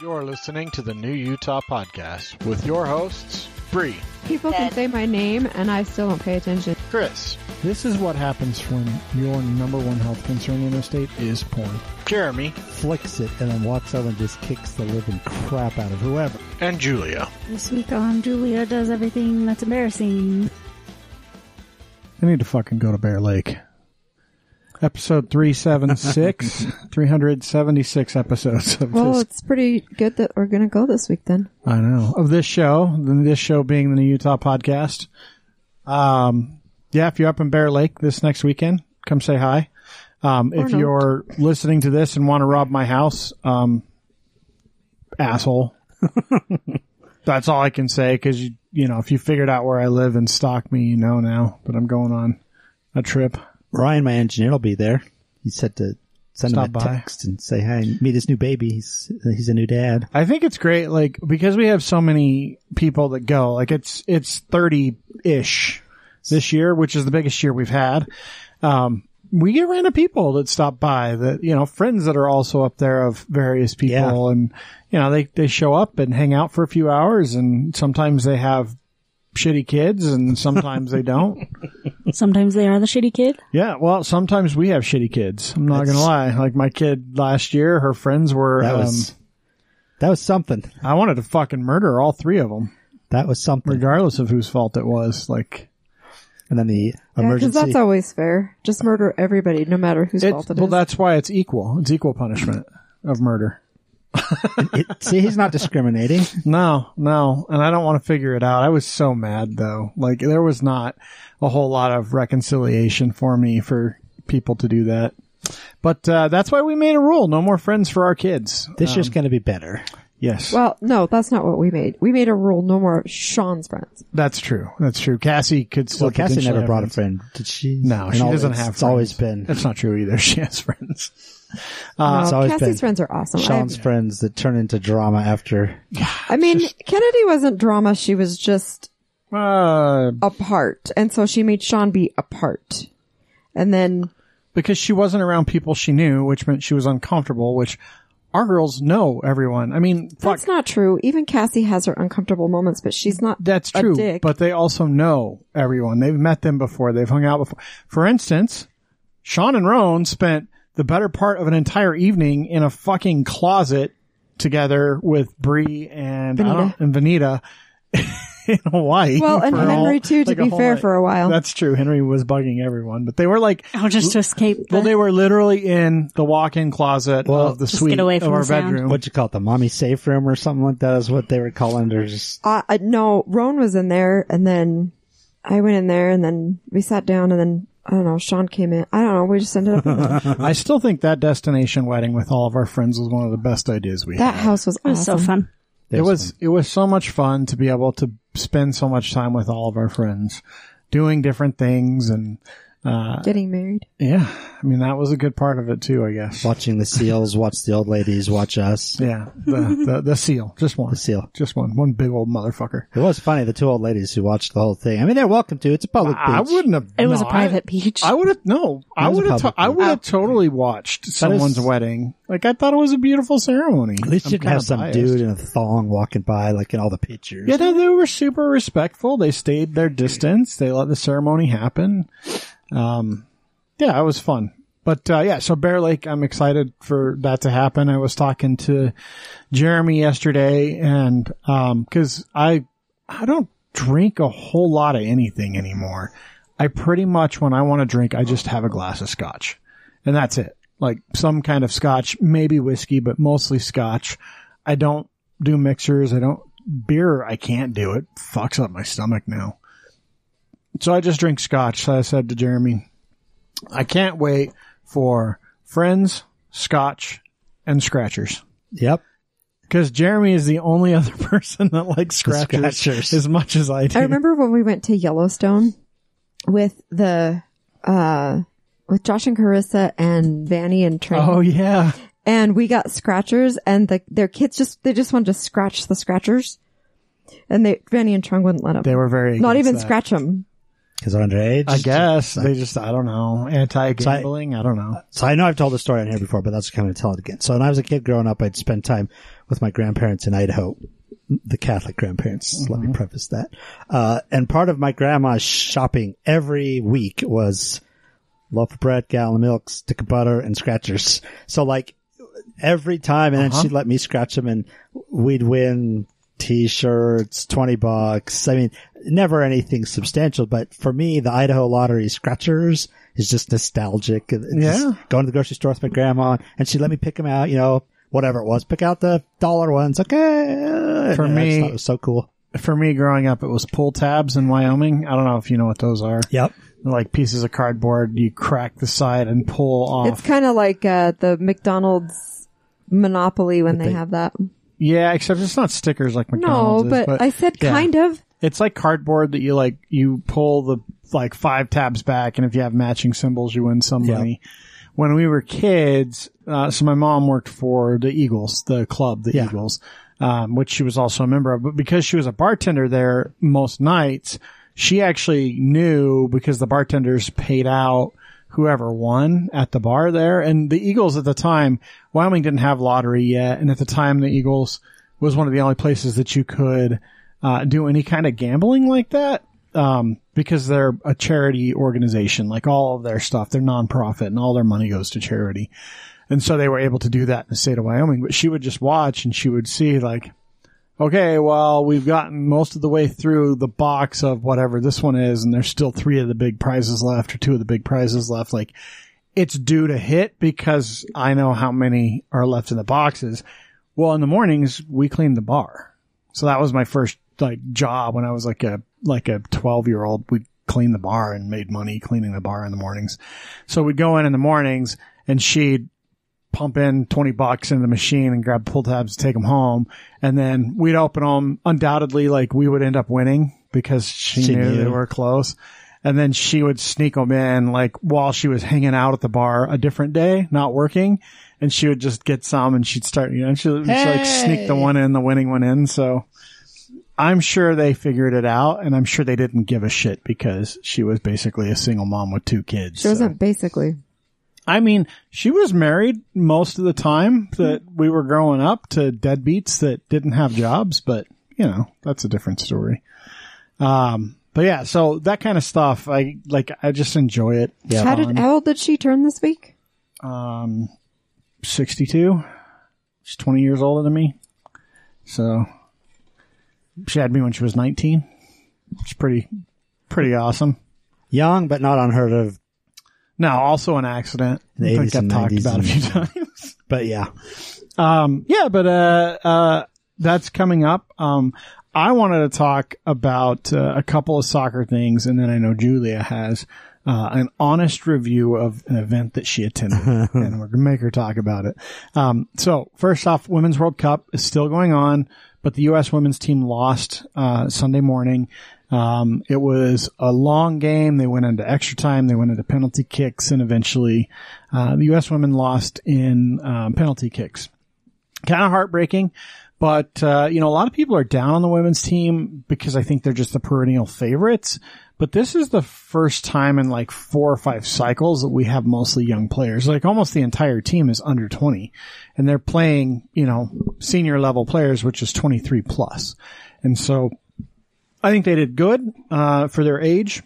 You're listening to the New Utah Podcast with your hosts, Bree, People can say my name and I still don't pay attention. Chris, This is what happens when your number one health concern in the state is porn. Jeremy, flicks it and then walks over and just kicks the living crap out of whoever. and Julia. This week on Um, Julia does everything that's embarrassing. I need to fucking go to Bear Lake. Episode 376, 376 episodes of Well, this. it's pretty good that we're gonna go this week then. I know. Of this show, then this show being the New Utah podcast. Um, yeah, if you're up in Bear Lake this next weekend, come say hi. Um, if not. you're listening to this and want to rob my house, um, asshole. That's all I can say because you, you know, if you figured out where I live and stalk me, you know now. But I'm going on a trip. Ryan, my engineer, will be there. He said to send Stop him a by. text and say hi, and meet his new baby. He's he's a new dad. I think it's great, like because we have so many people that go. Like it's it's thirty ish this year, which is the biggest year we've had. Um, we get random people that stop by that you know friends that are also up there of various people, Yeah. and you know they they show up and hang out for a few hours, and sometimes they have shitty kids, and sometimes they don't. Sometimes they are the shitty kid. Yeah, well, sometimes we have shitty kids. I'm not gonna That's- lie. Like my kid last year, her friends were. That Um, was that was something. I wanted to fucking murder all three of them. That was something. regardless of whose fault it was. Like And then the Because emergency. that's always fair. Just murder everybody, no matter whose it, fault it is. well, that's why it's equal. It's equal punishment of murder. It- see, he's not discriminating. No, no, and I don't want to figure it out. I was so mad though. Like there was not a whole lot of reconciliation for me for people to do that. But uh, that's why we made a rule: no more friends for our kids. This year's going to be better. Yes, well, no, that's not what we made. We made a rule: no more Sean's friends. that's true. That's true. Cassie could still. Well, Cassie potentially never have brought friends. a friend, did she? No, And she all- doesn't it's- have. It's always friends. been That's not true either. She has friends. No, it's always Uh, Cassie's been friends are awesome. I- Sean's friends that turn into drama after. I, mean, Kennedy wasn't drama; she was just Uh, apart, and so she made Sean be apart. And then, because she wasn't around people she knew, which meant she was uncomfortable, which our girls know everyone. I mean, fuck, that's not true. Even Cassie has her uncomfortable moments, but she's not. that's a true, dick. but they also know everyone. They've met them before. They've hung out before. For instance, Sean and Roan spent the better part of an entire evening in a fucking closet together with Bree and, I Vanita. don't- and Vanita in Hawaii. Well, and for a whole- Henry, too, to like a be whole fair, night. for a while. That's true. Henry was bugging everyone, but they were like, Oh, just to escape. Well, they were literally in the walk-in closet Well, of the Just suite get away of from our the sound. bedroom. What'd you call it? The mommy safe room or something like that is what they were calling it. Or just Uh, uh, no, Roan was in there, and then I went in there, and then we sat down, and then I don't know. Sean came in. I don't know. We just ended up. in there. Uh-huh. I still think that destination wedding with all of our friends was one of the best ideas we that had. house was It was awesome. so fun. It was it was so much fun to be able to spend so much time with all of our friends, doing different things, and Getting married. yeah, I mean that was a good part of it too. I guess. watching the seals, watch the old ladies, watch us. Yeah, the the, the seal, just one, the seal. just one, one big old motherfucker. It was funny. The two old ladies who watched the whole thing. I mean, they're welcome to. It's a public I beach. wouldn't have. It was no, a I- private beach. I would have no. I was a would have. public I one. would have totally watched someone's wedding. Like I thought it was a beautiful ceremony. At least I'm you didn't kinda have some biased. dude in a thong walking by, like in all the pictures. Yeah, no, they were super respectful. They stayed their distance. They let the ceremony happen. Um, yeah, it was fun. But uh, yeah, so Bear Lake, I'm excited for that to happen. I was talking to Jeremy yesterday, and because I I don't drink a whole lot of anything anymore. I pretty much when I want to drink, I just have a glass of scotch, and that's it. Like some kind of scotch, maybe whiskey, but mostly scotch. I don't do mixers. I don't beer. I can't do it. Fucks up my stomach now. So I just drink scotch. So I said to Jeremy, I can't wait for friends, scotch, and scratchers. Yep. Because Jeremy is the only other person that likes scratchers, Scratchers. as much as I do. I remember when we went to Yellowstone with the uh with Josh and Carissa and Vanny and Trey, Oh yeah, and we got scratchers, and the their kids just they just wanted to scratch the scratchers, and they Vanny and Trung wouldn't let them. they were very not against even that. scratch them. Because they're underage. I guess they just I don't know anti gambling. I don't know. So I know I've told the story on here before, but that's kind of tell it again. So when I was a kid growing up, I'd spend time with my grandparents in Idaho. The Catholic grandparents, let Mm-hmm. me preface that. Uh, and part of my grandma's shopping every week was loaf of bread, gallon of milk, stick of butter, and scratchers. So like every time, and Uh-huh. then she'd let me scratch them, and we'd win t-shirts, twenty bucks. I mean, never anything substantial, but for me, the Idaho lottery scratchers is just nostalgic. It's just Yeah. going to the grocery store with my grandma, and she'd let me pick them out. You know, whatever it was, pick out the dollar ones. Okay, For And I just me- thought it was so cool. For me, growing up, it was pull tabs in Wyoming. I don't know if you know what those are. Yep. They're like pieces of cardboard. You crack the side and pull off. It's kind of like uh, the McDonald's Monopoly when they, they- have that. yeah, except it's not stickers like No, McDonald's. is, but, I said yeah. kind of. It's like cardboard that you like. You pull the like five tabs back, and if you have matching symbols, you win some Yeah. money. When we were kids, uh, so my mom worked for the Eagles, the club, the Yeah. Eagles, um, which she was also a member of. But because she was a bartender there most nights, she actually knew because the bartenders paid out whoever won at the bar there. And the Eagles at the time, Wyoming didn't have lottery yet. And at the time, the Eagles was one of the only places that you could uh, do any kind of gambling like that um, because they're a charity organization. Like all of their stuff, they're nonprofit and all their money goes to charity. And so they were able to do that in the state of Wyoming. But she would just watch and she would see like, okay, well, we've gotten most of the way through the box of whatever this one is, and there's still three of the big prizes left or two of the big prizes left. Like, it's due to hit because I know how many are left in the boxes. Well, in the mornings, we cleaned the bar. So that was my first like job when I was like a, like a 12 year old. We cleaned the bar and made money cleaning the bar in the mornings. So we'd go in in the mornings and she'd pump in 20 bucks into the machine and grab pull tabs to take them home. And then we'd open them. Undoubtedly, like we would end up winning because she, She knew, knew. they were close. And then she would sneak them in like while she was hanging out at the bar a different day, not working. And she would just get some and she'd start, you know, and she would she'd, like sneak the one in, the winning one in. So I'm sure they figured it out and I'm sure they didn't give a shit because she was basically a single mom with two kids. She so. wasn't basically. I mean, she was married most of the time that we were growing up to deadbeats that didn't have jobs, but you know, that's a different story. Um, but yeah, so that kind of stuff, I like, I just enjoy it. Yeah. how did how old did she turn this week? Um, 62. She's 20 years older than me. So she had me when she was 19. It's pretty, pretty awesome. Young, but not unheard of. No, also an accident. In the I 80s and I've talked 90s about a and- few times. But yeah, Um, yeah, but uh, uh, that's coming up. Um, I wanted to talk about uh, a couple of soccer things, and then I know Julia has uh, an honest review of an event that she attended, and we're gonna make her talk about it. Um, so first off, Women's World Cup is still going on, but the U.S. women's team lost uh, Sunday morning. Um, it was a long game. They went into extra time. They went into penalty kicks, and eventually, uh, the U.S. women lost in um, penalty kicks kind of heartbreaking. But uh, you know, a lot of people are down on the women's team because I think they're just the perennial favorites. But this is the first time in like four or five cycles that we have mostly young players. Like almost the entire team is under 20 and they're playing, you know, senior level players, which is 23 plus. And so I think they did good, uh, for their age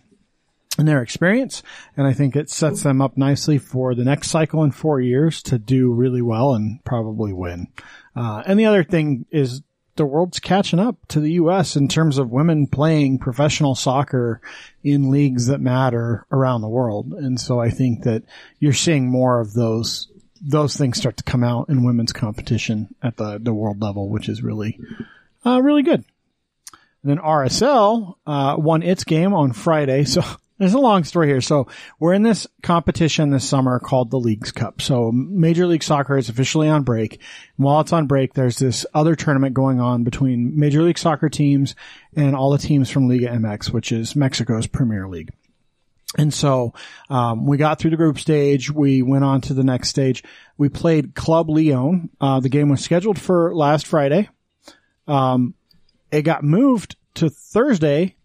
and their experience. And I think it sets them up nicely for the next cycle in four years to do really well and probably win. Uh, and the other thing is the world's catching up to the U.S. in terms of women playing professional soccer in leagues that matter around the world. And so I think that you're seeing more of those, those things start to come out in women's competition at the, the world level, which is really, uh, really good. And then RSL uh, won its game on Friday. So there's a long story here. So we're in this competition this summer called the Leagues Cup. So Major League Soccer is officially on break. And while it's on break, there's this other tournament going on between Major League Soccer teams and all the teams from Liga MX, which is Mexico's Premier League. And so um, we got through the group stage. We went on to the next stage. We played Club Leon. Uh, the game was scheduled for last Friday Um, it got moved to Thursday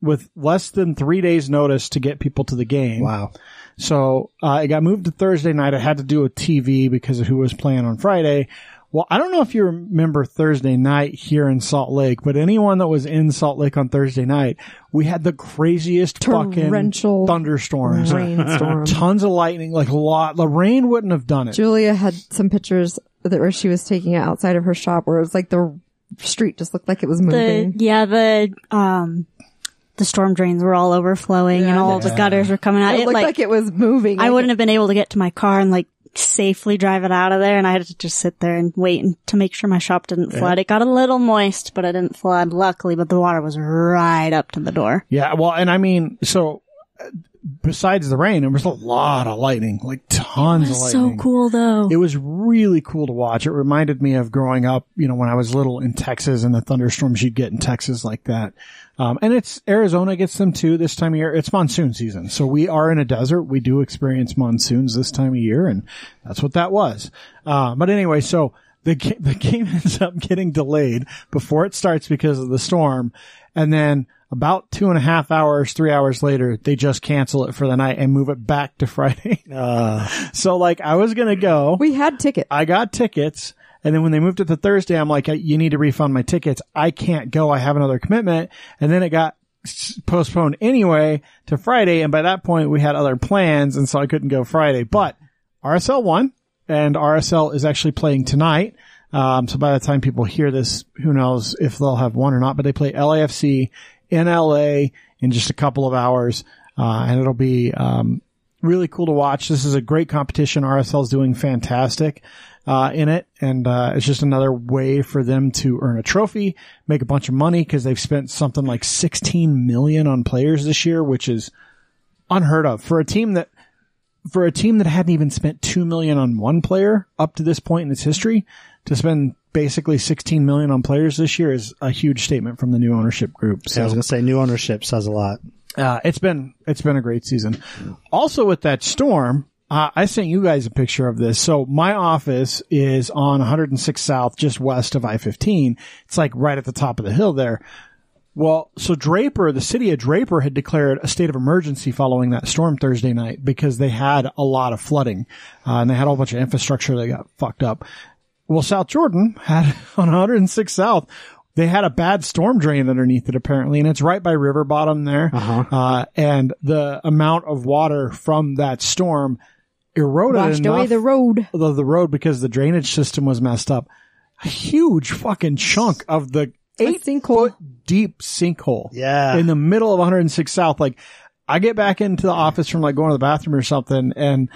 with less than three days notice to get people to the game. wow. So uh, it got moved to Thursday night. I had to do a TV because of who was playing on Friday. Well, I don't know if you remember Thursday night here in Salt Lake, but anyone that was in Salt Lake on Thursday night, we had the craziest fucking Torrential thunderstorms. Rainstorm. Tons of lightning, like a lot. The rain wouldn't have done it. Julia had some pictures that where she was taking it outside of her shop where it was like the street just looked like it was The moving. yeah, the um, the storm drains were all overflowing, and all the gutters were coming out. it, It, looked like, it was moving. I wouldn't have been able to get to my car and like safely drive it out of there, and I had to just sit there and wait and, to make sure my shop didn't flood. It got a little moist, but it didn't flood, luckily. But the water was right up to the door. Yeah, well, and I mean, so uh, besides the rain, there was a lot of lightning, like tons of lightning. cool, though. It was really cool to watch. It reminded me of growing up, you know, when I was little in Texas and the thunderstorms you'd get in Texas like that. Um, and it's Arizona gets them too this time of year. It's monsoon season. So we are in a desert. We do experience monsoons this time of year and that's what that was. Uh, but anyway, so the, ga- the game ends up getting delayed before it starts because of the storm. And then about two and a half hours, three hours later, they just cancel it for the night and move it back to Friday. so like I was going to go. we had tickets. I got tickets. And then when they moved it to Thursday, I'm like, you need to refund my tickets. I can't go. I have another commitment. And then it got s- postponed anyway to Friday. And by that point, we had other plans. And so I couldn't go Friday, but RSL won and RSL is actually playing tonight. Um, so by the time people hear this, who knows if they'll have one or not, but they play LAFC in LA in just a couple of hours. Uh, and it'll be, um, really cool to watch. This is a great competition. RSL's doing fantastic uh, in it, and uh, it's just another way for them to earn a trophy, make a bunch of money because they've spent something like 16 million on players this year, which is unheard of for a team that for a team that hadn't even spent 2 million on one player up to this point in its history to spend basically 16 million on players this year is a huge statement from the new ownership group. So I was going to say new ownership says a lot. uh, it's been it's been a great season. Also, with that storm, uh, I sent you guys a picture of this. So my office is on 106 South, just west of I-15. It's like right at the top of the hill there. Well, so Draper, the city of Draper had declared a state of emergency following that storm Thursday night because they had a lot of flooding uh, and they had a whole bunch of infrastructure that got fucked up. Well, South Jordan had on 106 South, they had a bad storm drain underneath it apparently, and it's right by river bottom there. uh and the amount of water from that storm eroded Washed away enough the road. the, the road because the drainage system was messed up. A huge fucking chunk of the eight sinkhole. foot deep sinkhole. Mm. Yeah. In the middle of 106 South. Like I get back into the office from like going to the bathroom or something and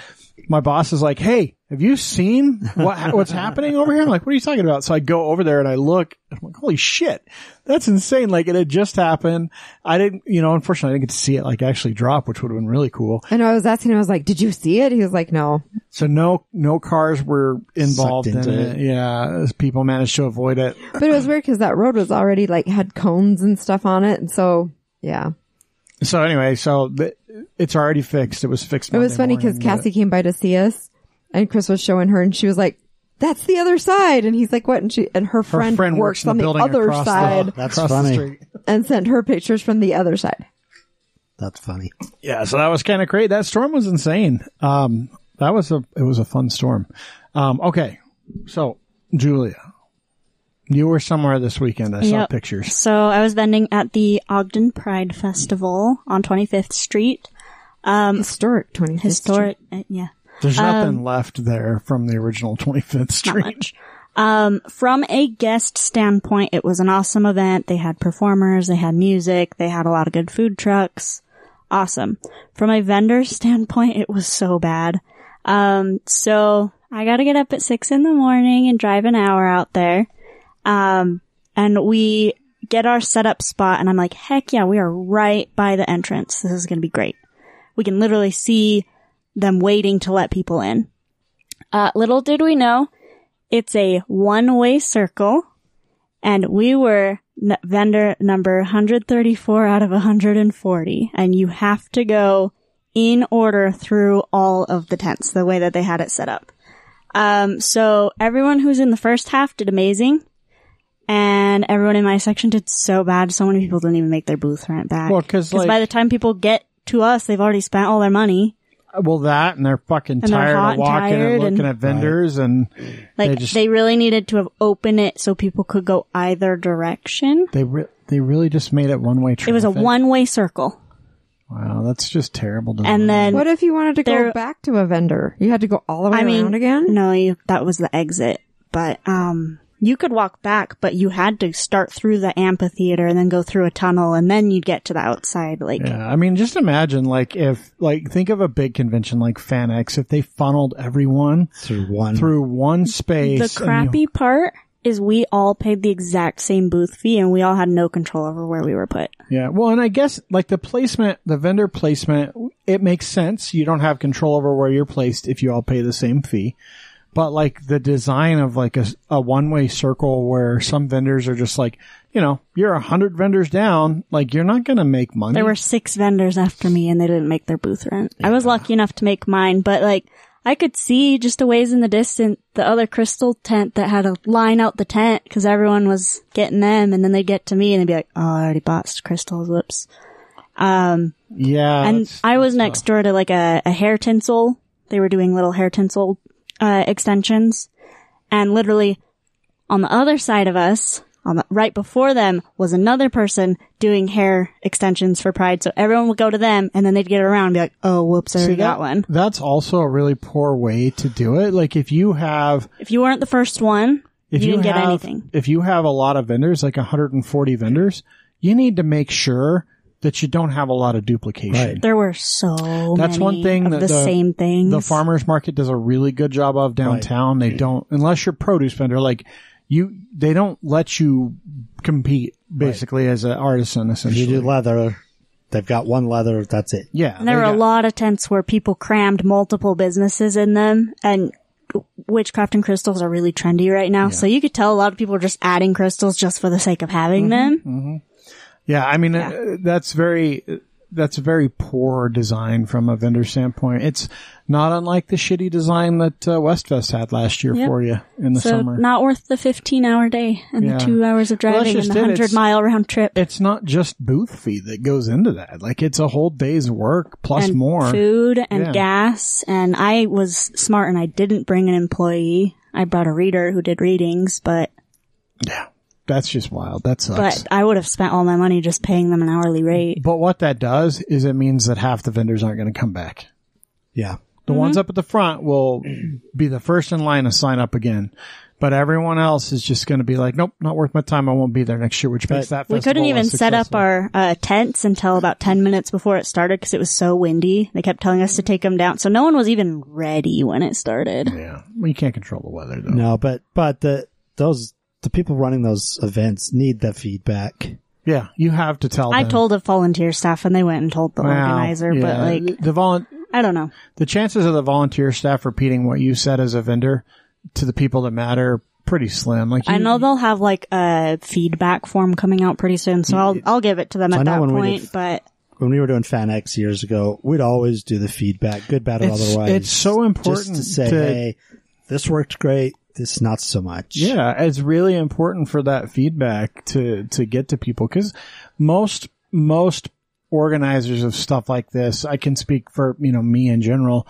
my boss is like, Hey, have you seen what, what's happening over here? I'm like, what are you talking about? So I go over there and I look and I'm like, holy shit, that's insane. Like it had just happened. I didn't, you know, unfortunately I didn't get to see it like actually drop, which would have been really cool. And I was asking, him, I was like, did you see it? He was like, no. So no, no cars were involved in Sucked it. into it. Yeah, as people managed to avoid it. But it was weird because that road was already like had cones and stuff on it. And so, yeah. So anyway, so th- it's already fixed. It was fixed. It was funny because Cassie came by to see us and Chris was showing her and she was like, that's the other side. And he's like, what? And she, and her friend, works in on the building other across the- side That's across the funny. street. and sent her pictures from the other side. That's funny. Yeah, so that was kind of great. That storm was insane. Um, that was a it was a fun storm. Um, okay, so Julia, you were somewhere this weekend. I saw Yep. pictures. So I was vending at the Ogden Pride Festival on 25th Street. Historic 25th Street. Historic, uh, yeah, There's nothing left there from the original 25th not Street. much. Um, from a guest standpoint, it was an awesome event. They had performers, they had music, they had a lot of good food trucks. Awesome. From a vendor standpoint, it was so bad. Um, so I gotta get up at six in the morning and drive an hour out there. Um, and we get our setup spot and I'm like, heck yeah, we are right by the entrance. This is gonna be great. We can literally see them waiting to let people in. Uh, little did we know, it's a one-way circle, and we were n- vendor number 134 out of 140, and you have to go in order through all of the tents, the way that they had it set up. Um, so everyone who's in the first half did amazing, and everyone in my section did so bad. So many people didn't even make their booth rent back. Well, 'cause, like- by the time people get to us, they've already spent all their money. Well, that and they're fucking they're tired hot of and walking and, tired and- looking at vendors and Like They they, just- really needed to have opened it so people could go either direction. they re- they really just made it one way traffic. It was a one-way circle. Wow, that's just terrible. design. And then What if you wanted to go There- back to a vendor? You had to go all the way I mean, around again? No, you, that was the exit. But um, you could walk back, but you had to start through the amphitheater and then go through a tunnel, and then you'd get to the outside. Like, Yeah, I mean, just imagine like if like think of a big convention like FanX if they funneled everyone through one through one space. and the you- crappy part is we all paid the exact same booth fee, and we all had no control over where we were put. yeah, well, and I guess like the placement, the vendor placement, it makes sense. You don't have control over where you're placed if you all pay the same fee. But like the design of like a, a one way circle where some vendors are just like, you know, you're a hundred vendors down, like you're not gonna make money. There were six vendors after me, and they didn't make their booth rent. I was lucky enough to make mine, but like. I could see just a ways in the distance the other crystal tent that had to line out the tent because everyone was getting them, and then they'd get to me and they'd be like, "Oh, I already bought crystals. Whoops." yeah, and that's- I was next door to like a, a hair tinsel. They were doing little hair tinsel uh, extensions, and literally on the other side of us, on the, right before them, was another person doing hair extensions for Pride. So everyone would go to them, and then they'd get around and be like, "Oh, whoops, I already got one." That's also a really poor way to do it. Like if you have If you weren't the first one, if you, you, didn't have, get anything. If you have a lot of vendors, like 140 vendors, you need to make sure that you don't have a lot of duplication. There were so That's many one thing of that the, same things. The farmers market does a really good job of downtown. They don't unless you're produce vendor like you they don't let you compete basically as an artisan You essentially. do leather. They've got one leather. That's it. yeah. And there they were a got- lot of tents where people crammed multiple businesses in them and witchcraft and crystals are really trendy right now. So you could tell a lot of people are just adding crystals just for the sake of having Mm-hmm. them. Yeah, I mean uh, that's very that's very poor design from a vendor standpoint. It's not unlike the shitty design that uh, Westfest had last year Yep. for you in the So summer. not worth the 15 hour day and Yeah. the two hours of Well, that's driving just and the it. 100 It's- mile round trip it's not just booth fee that goes into that. Like it's a whole day's work plus and more. food and Yeah. gas. And I was smart and I didn't bring an employee. I brought a reader who did readings, but, That's just wild. That sucks. but I would have spent all my money just paying them an hourly rate. but what that does is it means that half the vendors aren't going to come back. Yeah. The ones Mm-hmm. up at the front will be the first in line to sign up again. But everyone else is just going to be like, nope, not worth my time. I won't be there next year, which makes that We festival couldn't even less set up successful. our uh, tents until about 10 minutes before it started because it was so windy. They kept telling us to take them down. So no one was even ready when it started. Yeah. Well, you can't control the weather, though. No, but but the those the people running those events need the feedback. Yeah. You have to tell I them. told the volunteer staff and they went and told the Well, organizer, but yeah, like, the volun- I don't know. the chances of the volunteer staff repeating what you said as a vendor to the people that matter are pretty slim. Like you, I know they'll have like a feedback form coming out pretty soon, so I'll I'll give it to them I at know that when we point. did- but When we were doing FanX years ago, we'd always do the feedback, good, bad, or It's- otherwise. it's so important just to say, to- hey, this worked great. This not so much. Yeah, it's really important for that feedback to to get to people because most most organizers of stuff like this, I can speak for you know me in general.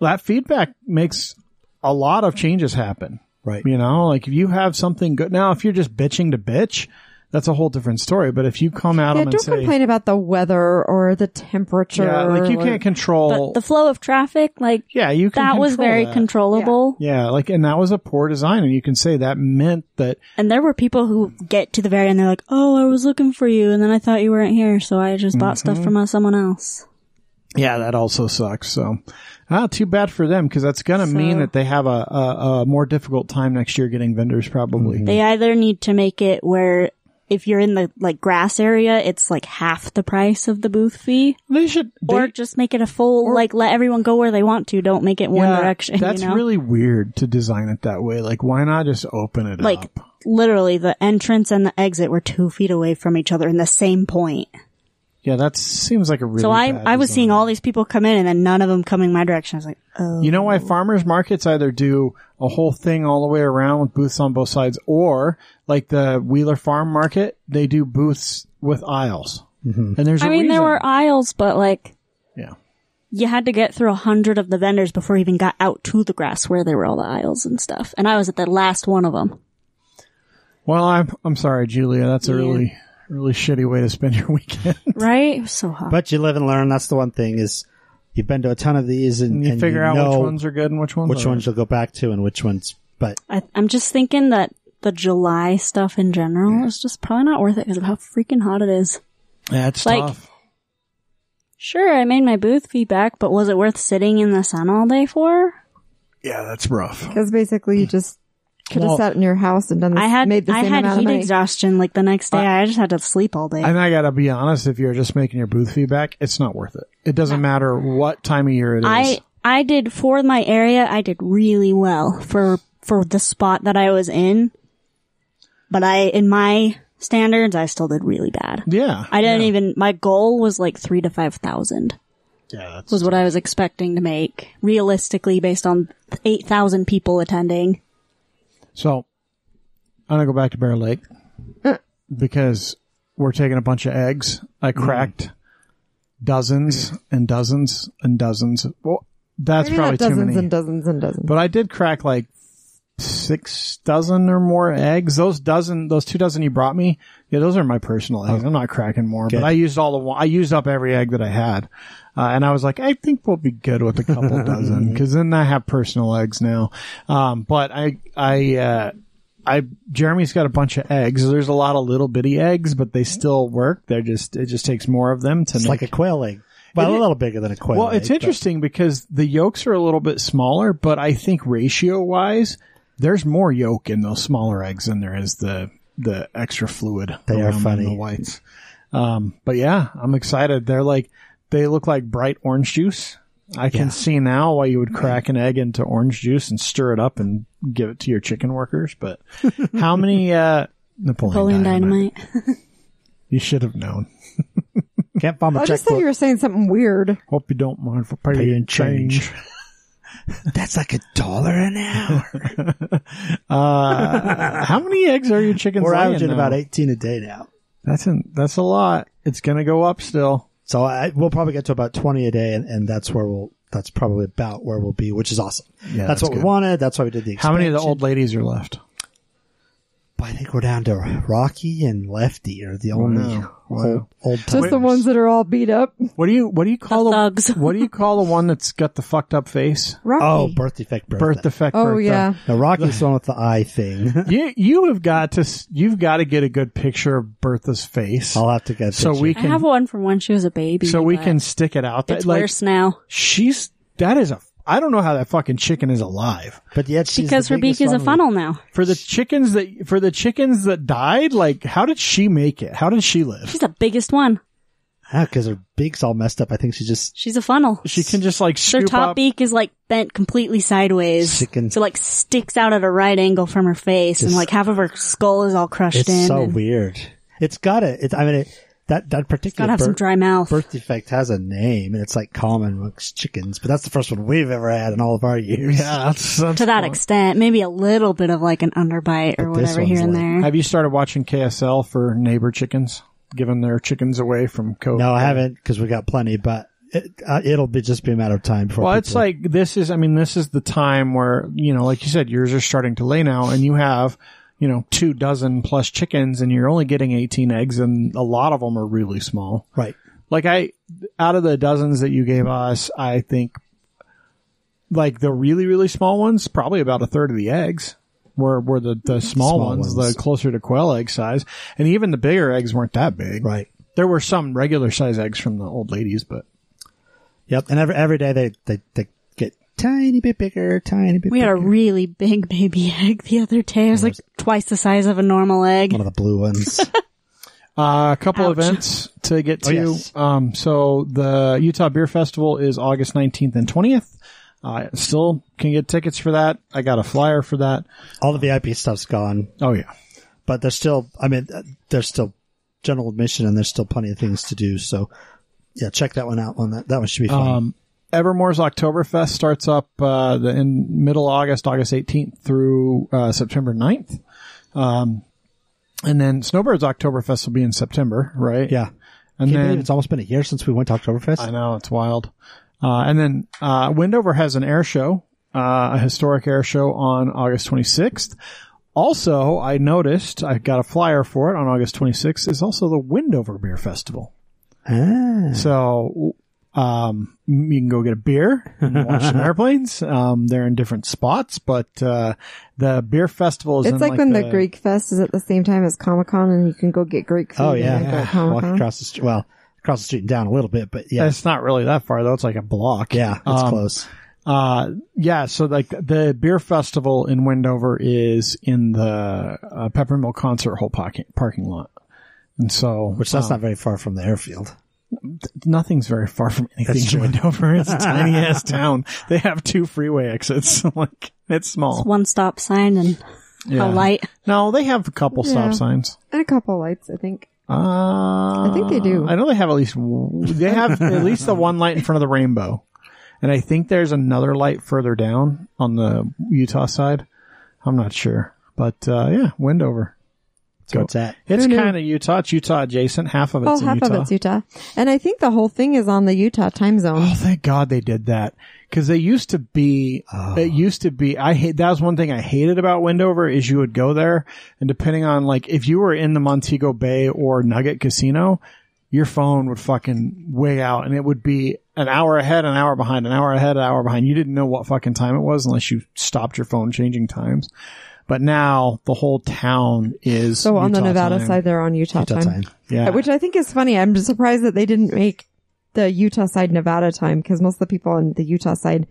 That feedback makes a lot of changes happen. Right. You know, like if you have something good now, if you're just bitching to bitch, that's a whole different story. But if you come at them yeah, don't and say, complain about the weather or the temperature. yeah, like you or- can't control. but the flow of traffic, like yeah, you can. that was control very that. controllable. Yeah, like and that was a poor design, and you can say that meant that And there were people who get to the very end, they're like, "Oh, I was looking for you, and then I thought you weren't here, so I just bought Mm-hmm. stuff from uh, someone else." Yeah, that also sucks. So, ah, too bad for them because that's going to mean that they have a, a, a more difficult time next year getting vendors probably. They either need to make it where if you're in the like grass area, it's like half the price of the booth fee, They should. They, or just make it a full like let everyone go where they want to. Don't make it one yeah, direction. That's you know? really weird to design it that way. Like, why not just open it like up? literally the entrance and the exit were two feet away from each other in the same point. Yeah, that seems like a really. so I bad I was design. seeing all these people come in and then none of them coming my direction. I was like, oh, You know why farmers markets either do a whole thing all the way around with booths on both sides, or like the Wheeler Farm Market, they do booths with aisles. Mm-hmm. And there's. I I mean there were aisles, but like Yeah. you had to get through a hundred of the vendors before you even got out to the grass where they were all the aisles and stuff. And I was at the last one of them. Well, I'm I'm sorry, Julia. That's a Yeah. really really shitty way to spend your weekend. Right? It was so hot. But you live and learn. That's the one thing is you've been to a ton of these and, and you and figure out know which ones are good and which ones which aren't. ones you'll go back to and which ones. But I, I'm just thinking that the July stuff in general is just probably not worth it because of how freaking hot it is. Yeah, it's like- tough. Sure, I made my booth fee back, but was it worth sitting in the sun all day for? Yeah, that's rough. Because basically, you just could have Well- sat in your house and done. The, I had made the I same had amount of heat money. Uh, exhaustion like the next day. I, just had to sleep all day. And I gotta be honest, if you're just making your booth feedback, it's not worth it. It doesn't matter what time of year it is. I I did for my area. I did really well for for the spot that I was in. But I, in my standards, I still did really bad. yeah, I didn't even. My goal was like three to five thousand. yeah, that's, was what I was expecting to make realistically based on 8,000 people attending. So I'm gonna go back to Bear Lake Uh. because we're taking a bunch of eggs. I cracked dozens and dozens and dozens. Well, that's Maybe probably not too dozens many. and dozens and dozens. but I did crack like six dozen or more eggs. Those dozen, those two dozen you brought me, yeah, those are my personal Oh. eggs. I'm not cracking more, but I used all the one. I used up every egg that I had, uh, and I was like, I think we'll be good with a couple dozen because then I have personal eggs now. Um, but I, I. Uh, I Jeremy's got a bunch of eggs. There's a lot of little bitty eggs, but they still work. They're just it just takes more of them to it's make like a quail egg. Well, It a is- little bigger than a quail well, egg. it's but- interesting because the yolks are a little bit smaller, but I think ratio wise, there's more yolk in those smaller eggs than there is the the extra fluid. They are around in funny. the whites. Um, but yeah, I'm excited. They're like they look like bright orange juice. I can see now why you would crack an egg into orange juice and stir it up and give it to your chicken workers. But how many uh, Napoleon, Napoleon Dynamite? Dynamite. You should have known. Can't bomb a I just thought checkbook. you were saying something weird. Hope you don't mind for paying Paying change. change. That's like a dollar an hour. Uh, how many eggs are your chickens We're laying averaging now? about 18 a day now. That's an, that's a lot. It's gonna go up still. So I, we'll probably get to about 20 a day and, and that's where we'll, that's probably about where we'll be, which is awesome. Yeah, that's, that's what good. we wanted. That's why we did the How many of the expansion. old ladies are left? I think we're down to Rocky and Lefty are the only Wow. old, Wow. old Just the timers. ones that are all beat up. What do you what do you call the, thugs. what do you call the one that's got the fucked up face? Rocky. Oh, birth defect. Bertha. Birth defect. Oh, Bertha. yeah. Now Rocky's the one with the eye thing. You you have got to s- you've got to get a good picture of Bertha's face Oh, I'll have to get. a so picture. we I can have one from when she was a baby. so we but can stick it out. That It's like worse now she's that is a I don't know how that fucking chicken is alive. but yet she's because the her beak biggest is a one we- funnel now. For the chickens that for the chickens that died, like how did she make it? How did she live? She's the biggest one. Ah, because her beak's all messed up. I think she just She's a funnel. She can just like Her scoop top up. beak is like bent completely sideways. She can- so like sticks out at a right angle from her face and Just- like half of her skull is all crushed It's in. so and weird. It's got a. It, I mean, it, that that particular Gotta have some birth- dry mouth. birth defect has a name, and it's like common amongst chickens. But that's the first one we've ever had in all of our years. Yeah, that's, that's to that fun. extent, maybe a little bit of like an underbite or But this whatever here one's and like- there. Have you started watching KSL for neighbor chickens, giving their chickens away from COVID? No, I haven't because we got plenty. But it, uh, it'll be just be a matter of time before. Well, it's people- like this is. I mean, this is the time where you know, like you said, yours are starting to lay now, and you have you know two dozen plus chickens, and you're only getting 18 eggs, and a lot of them are really small. right. Like I, out of the dozens that you gave us, I think like the really really small ones, probably about a third of the eggs were were the the small, Small ones, ones. the closer to quail egg size, and even the bigger eggs weren't that big. Right. There were some regular size eggs from the old ladies, but Yep. And every every day they they they get tiny bit bigger, tiny bit. We had bigger. a really big baby egg the other day. It was like twice the size of a normal egg. one of the blue ones. uh, a couple Ouch. events to get Oh, to. yes. Um, so the Utah Beer Festival is August 19th and 20th. I still can get tickets for that. I got a flyer for that. all the VIP stuff's gone, Oh yeah. but there's still. I mean, uh, there's still general admission, and there's still plenty of things to do. So, yeah, check that one out. On that, that one should be fun. Um, Evermore's Oktoberfest starts up uh, the, in middle August, August 18th through uh, September 9th. Um, and then Snowbird's Oktoberfest will be in September, right? yeah, And Can you believe then it's almost been a year since we went to Oktoberfest. I know it's wild. Uh, and then uh, Windover has an air show, uh, a historic air show on August 26th. Also, I noticed I got a flyer for it on August 26th. Is also the Windover Beer Festival. Ah. So um, you can go get a beer and watch some airplanes. Um, they're in different spots, but uh, the beer festival is It's in, like, when the, Greek Fest is at the same time as Comic Con, and you can go get Greek food. Oh and yeah. then go uh-huh. to Walk Comic-Con. across the street. Well, across the street and down a little bit, but yeah, It's not really that far though. It's like a block. yeah, it's Um, close. Uh, yeah. So like the beer festival in Wendover is in the uh, Peppermill Concert Hall parking parking lot, and so Which that's um, not very far from the airfield. nothing's very far from anything That's in true. Wendover. It's a tiny ass town. They have two freeway exits. like it's It's small. one stop sign and Yeah. a light. No, they have a couple Yeah. stop signs. and a couple lights, I think. Uh, think they do. I know they have at least w- they have at least the one light in front of the rainbow, and I think there's another light further down on the Utah side. I'm not sure, but uh, yeah, Windover. That's where it's at. It's Who knew? kind of Utah. It's Utah adjacent. Half of it's Oh, in half Utah. of it's Utah, and I think the whole thing is on the Utah time zone. Oh, thank God they did that because they used to be. It used to be. I hate that was one thing I hated about Wendover is you would go there and depending on like if you were in the Montego Bay or Nugget Casino, your phone would fucking way out and it would be an hour ahead, an hour behind, an hour ahead, an hour behind. You didn't know what fucking time it was unless you stopped your phone changing times. But now the whole town is so on the Utah Nevada time. side, they're on Utah, Utah time, time. yeah. which I think is funny. I'm just surprised that they didn't make the Utah side Nevada time because most of the people on the Utah side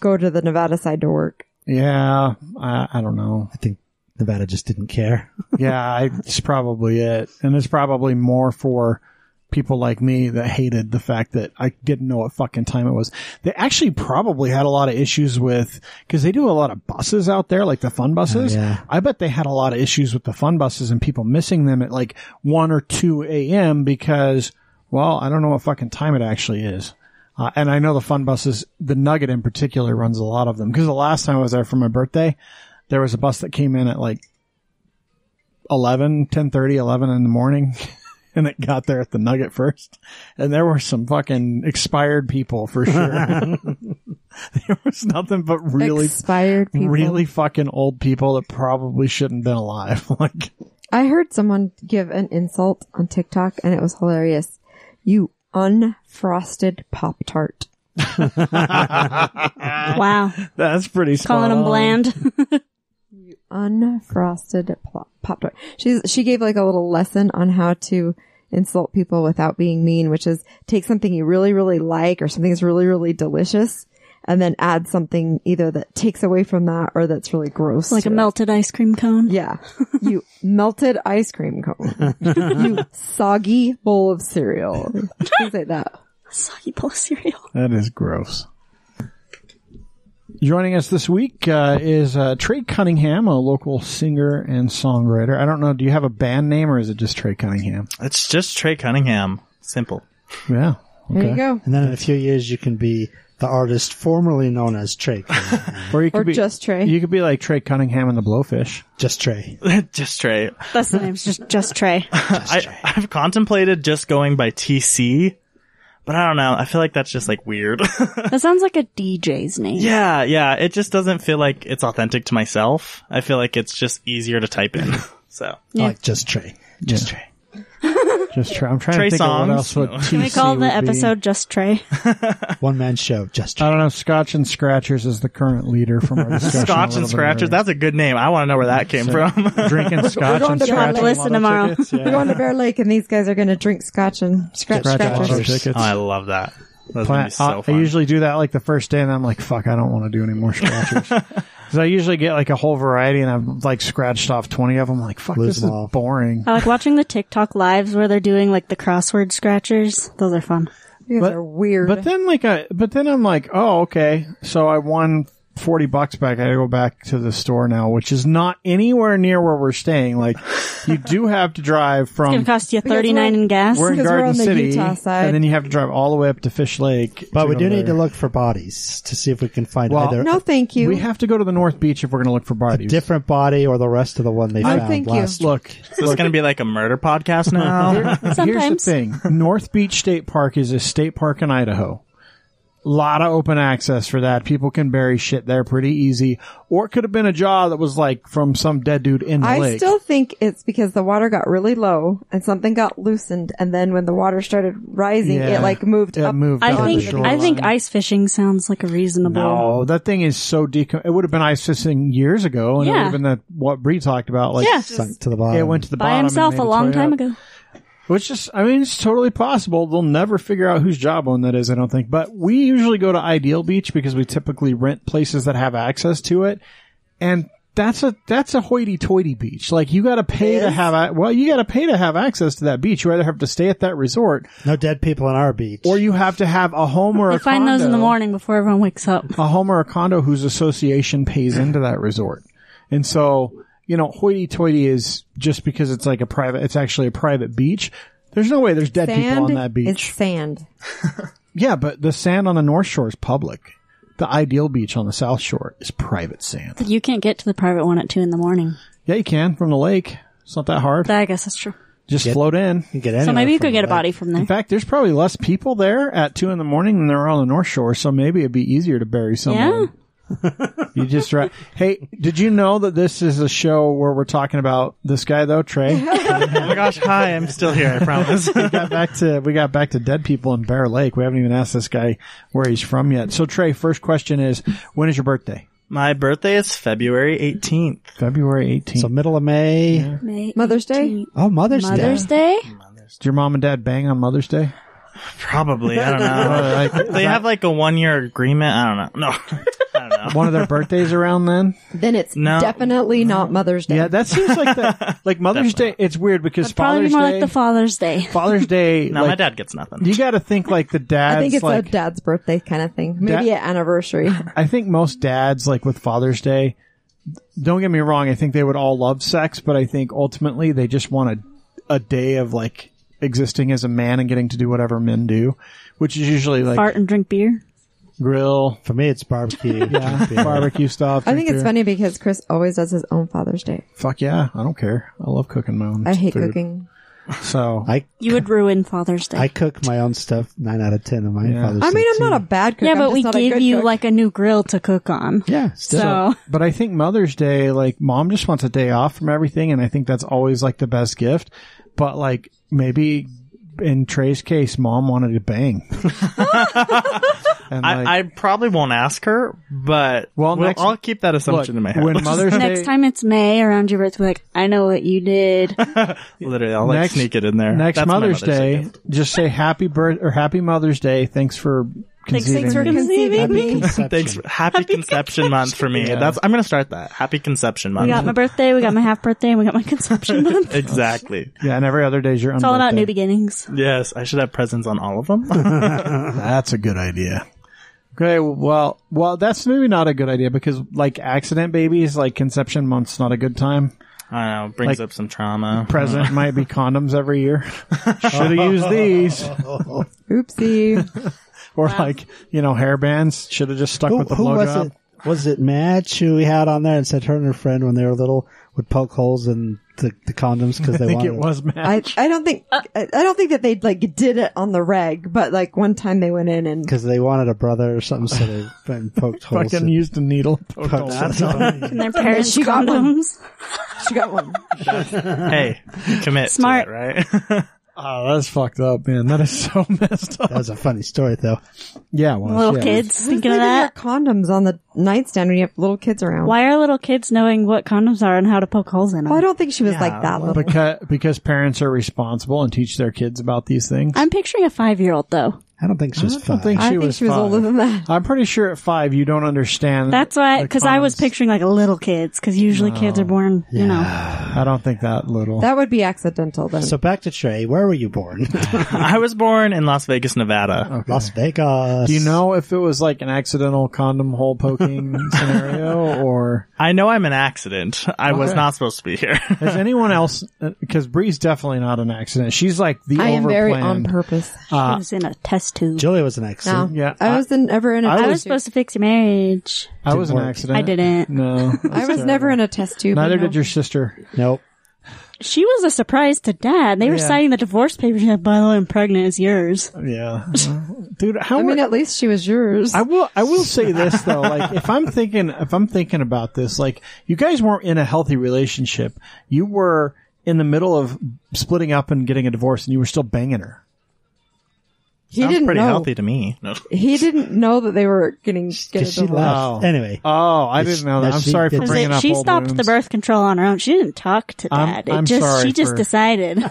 go to the Nevada side to work. yeah, I, I don't know. I think Nevada just didn't care. yeah, I, it's probably it. And it's probably more for people like me that hated the fact that I didn't know what fucking time it was. They actually probably had a lot of issues with, cause they do a lot of buses out there, like the fun buses. Oh, yeah. I bet they had a lot of issues with the fun buses and people missing them at like one or two AM because, well, I don't know what fucking time it actually is. Uh, and I know the fun buses, the Nugget in particular runs a lot of them. Cause the last time I was there for my birthday, there was a bus that came in at like 11, 10.30, 11 in the morning. And it got there at the Nugget first. And there were some fucking expired people for sure. there was nothing but really, Expired people. really fucking old people that probably shouldn't been alive. like, I heard someone give an insult on TikTok and it was hilarious. You unfrosted Pop Tart. wow. that's pretty spot Calling them on. bland. Unfrosted Pop Tart. She's, she gave like a little lesson on how to insult people without being mean, which is take something you really, really like or something that's really, really delicious and then add something either that takes away from that or that's really gross. like a to it. melted ice cream cone. Yeah. You melted ice cream cone. you soggy bowl of cereal. Things like that. Soggy bowl of cereal. That is gross. Joining us this week uh, is uh, Trey Cunningham, a local singer and songwriter. I don't know. Do you have a band name or is it just Trey Cunningham? It's just Trey Cunningham. Simple. Yeah. There you go. And then in a few years, you can be the artist formerly known as Trey, Or you could Or be just Trey. You could be like Trey Cunningham and the Blowfish. just Trey. just Trey. That's the name's just just Trey. I, I've contemplated just going by TC, but I don't know. I feel like that's just like weird. That sounds like a DJ's name. yeah, yeah. It just doesn't feel like it's authentic to myself. I feel like it's just easier to type in. So I like just Trey. Just Trey. Just Trey. I'm trying Trey to think of songs. what else would Can we TC call the would be. episode just Trey? One man show. Just I Trey. don't know. Scotch and Scratchers is the current leader from our discussion. Scotch and Scratchers. That's a good name. I want to know where that came from. Oh, that's drinking Scotch going and to Scratchers. Listen tomorrow. We're going to Bear Lake and these guys are going to drink scotch and scratch Scratch scratchers. Lotto Scratchers. tickets. I love that. That's gonna be Plan- Oh, so I- fun. I usually do that like the first day, and I'm like, "Fuck, I don't want to do any more scratchers." Because I usually get like a whole variety, and I've like scratched off twenty of them. Like, fuck, Lose this them is all. boring. I like watching the TikTok lives where they're doing like the crossword scratchers. Those are fun. You guys But- are weird. But then like I, but then I'm like, oh okay, so I won forty bucks back. I gotta go back to the store now, which is not anywhere near where we're staying. Like, you do have to drive It's gonna from. cost you Because thirty nine we're- in gas. We're in Because we're Garden on the City, Utah side. and then you have to drive all the way up to Fish Lake. But we go do need to there. look for bodies to see if we can find Well, either no, a thank you. We have to go to the North Beach if we're going to look for bodies. different body or the rest of the one they No, found thank you. last. Look, so it's going to be like a murder podcast now. Sometimes. Here's the thing: North Beach State Park is a state park in Idaho. lot of open access for that. People can bury shit there pretty easy. Or it could have been a jaw that was like from some dead dude in the I lake. still think it's because the water got really low and something got loosened, and then when the water started rising, Yeah. it like moved It up. moved I up on the think shoreline. I think ice fishing sounds like a reasonable. No, that thing is so decom. It would have been ice fishing years ago, and it would Yeah. have been that what Bree talked about. Like, Yeah. sunk to the bottom. it went to the bottom by and himself made a its long way time up. ago. Which is, I mean, it's totally possible. They'll never figure out whose job one that is. I don't think. But we usually go to Ideal Beach because we typically rent places that have access to it, and that's a that's a hoity-toity beach. Like you got to pay to have a, well, you got to pay to have access to that beach. You either have to stay at that resort no dead people on our beach. or you have to have a home or I a find those in the condo. morning before everyone wakes up. a home or a condo whose association pays into that resort. And so, you know, hoity-toity is just because it's like a private, it's actually a private beach. There's no way there's dead people Sand on that is beach. sand. Yeah, but the sand on the North Shore is public. The ideal beach on the South Shore is private sand. You can't get to the private one at two in the morning. Yeah, you can from the lake. It's not that hard. I guess that's true. just float in. You can get So anywhere maybe you from could get a that. body from there. In fact, there's probably less people there at two in the morning than there are on the North Shore, so maybe it'd be easier to bury someone. you just right. Hey, did you know that this is a show where we're talking about this guy though, Trey? we Oh my gosh, hi, I'm still here, I promise. got back to we got back to dead people in Bear Lake. We haven't even asked this guy where he's from yet. So Trey, first question is, when is your birthday? My birthday is February 18th. February 18th. So middle of May. May Mother's Day? 18th. Oh, Mother's, Mother's Day. Day. Did your mom and dad bang on Mother's Day? Probably, I don't know. Or, like, They have like a one year agreement. I don't know. No. I don't know. one of their birthdays around then? Then it's No. definitely not Mother's Day. Yeah, that seems like that. Like Mother's Day, it's weird because Probably Father's more Day. like the Father's Day. Father's Day. No, like, my dad gets nothing. You got to think like the dads. I think it's like, a dad's birthday kind of thing. Maybe an anniversary. I think most dads like with Father's Day. Don't get me wrong. I think they would all love sex, but I think ultimately they just want a a day of like existing as a man and getting to do whatever men do, which is usually like Fart and drink beer. grill, For me, it's barbecue. yeah, barbecue stuff. I think drink it's beer. funny because Chris always does his own Father's Day. Fuck yeah, I don't care. I love cooking my own. I hate food. cooking. So I You would ruin Father's Day. I cook my own stuff. Nine out of ten of my Yeah. father's. I mean, Day, I'm not a bad cook. yeah, I'm but just we not a gave good you cook. like a new grill to cook on. too. yeah. Still, So But I think Mother's Day, like mom just wants a day off from everything, and I think that's always like the best gift. But like maybe in Trey's case, mom wanted to bang. and like, I, I probably won't ask her, but Well, well, next- I'll keep that look, assumption in my head. when Mother's next Day, time it's May around your birthday, like I know what you did. Literally, I'll like next- sneak it in there. next That's my Mother's, Day, gift. just say happy birth or happy Mother's Day. Thanks for conceiving Thanks for me. conceiving happy me. conception. Thanks. Happy, conception month for me. That's I'm gonna start that. Happy conception month. We got my birthday, we got my half birthday, and we got my conception month. It's exactly. yeah, and every other day's your. It's all about new beginnings. Yes, I should have presents on all of them. That's a good idea. Okay, well, well, that's maybe not a good idea because like accident babies, like conception month's not a good time. I don't know. Brings Like- up some trauma. present might be condoms every year. Should have used these. Oopsie. Or like, you know, hair bands. Should have just stuck Who, with the who was blowjob. it? Was it Madge who we had on there and said her and her friend when they were little would poke holes in the, the condoms because I they think wanted it was Matt. I, I don't think I, I don't think that they like did it on the reg, but like one time they went in and because they wanted a brother or something, so they went and poked holes. Fucking in, used a needle. poked holes in- And their parents' she got one. condoms. she got one. hey, commit. Smart. To it, right? Oh, that's fucked up, man. That is so messed up. that was a funny story though. Yeah, it was, Little yeah. kids thinking Leaving of your that. condoms on the nightstand when you have little kids around. Why are little kids knowing what condoms are and how to poke holes in them? Well, I don't think she was like that little. Because, because parents are responsible and teach their kids about these things. I'm picturing a five year old though. I don't think she was I don't five. think she I think was she was five. older than that. I'm pretty sure at five you don't understand. That's why, the because I was condoms. picturing like little kids, because usually kids are born, you know. I don't think that little. That would be accidental then. so back to Trey. Where were you born? I was born in Las Vegas, Oh. Nevada. Las Vegas. Do you know if it was like an accidental condom hole poking scenario or? I know I'm an accident. I was Okay. not supposed to be here. Has anyone else? Because Bree's definitely not an accident. She's like the I am very overplanned- on purpose. Uh, I was in a test tube. Julia was an No, accident. yeah, I, I- was in, never in a. I I test was tube. supposed to fix your marriage. I was an work. accident. I didn't. No, I was never in a test tube. neither no. did your sister. Nope. She was a surprise to dad. They were Yeah. signing the divorce papers. She's like, By the way, I'm pregnant. It's yours. Yeah, dude. How I mean, are- at least she was yours. I will. I will say this though. Like, if I'm thinking, if I'm thinking about this, like, you guys weren't in a healthy relationship. You were in the middle of splitting up and getting a divorce, and you were still banging her. he Sounds didn't pretty know. healthy to me. No. He didn't know that they were getting get a Because she divorce. left. Oh. Anyway, Oh, I Yes, didn't know yes, that. I'm she sorry for did. It's bringing like, up she old stopped the wounds. birth control on her own. She didn't talk to I'm- dad. I'm it just sorry she just for- decided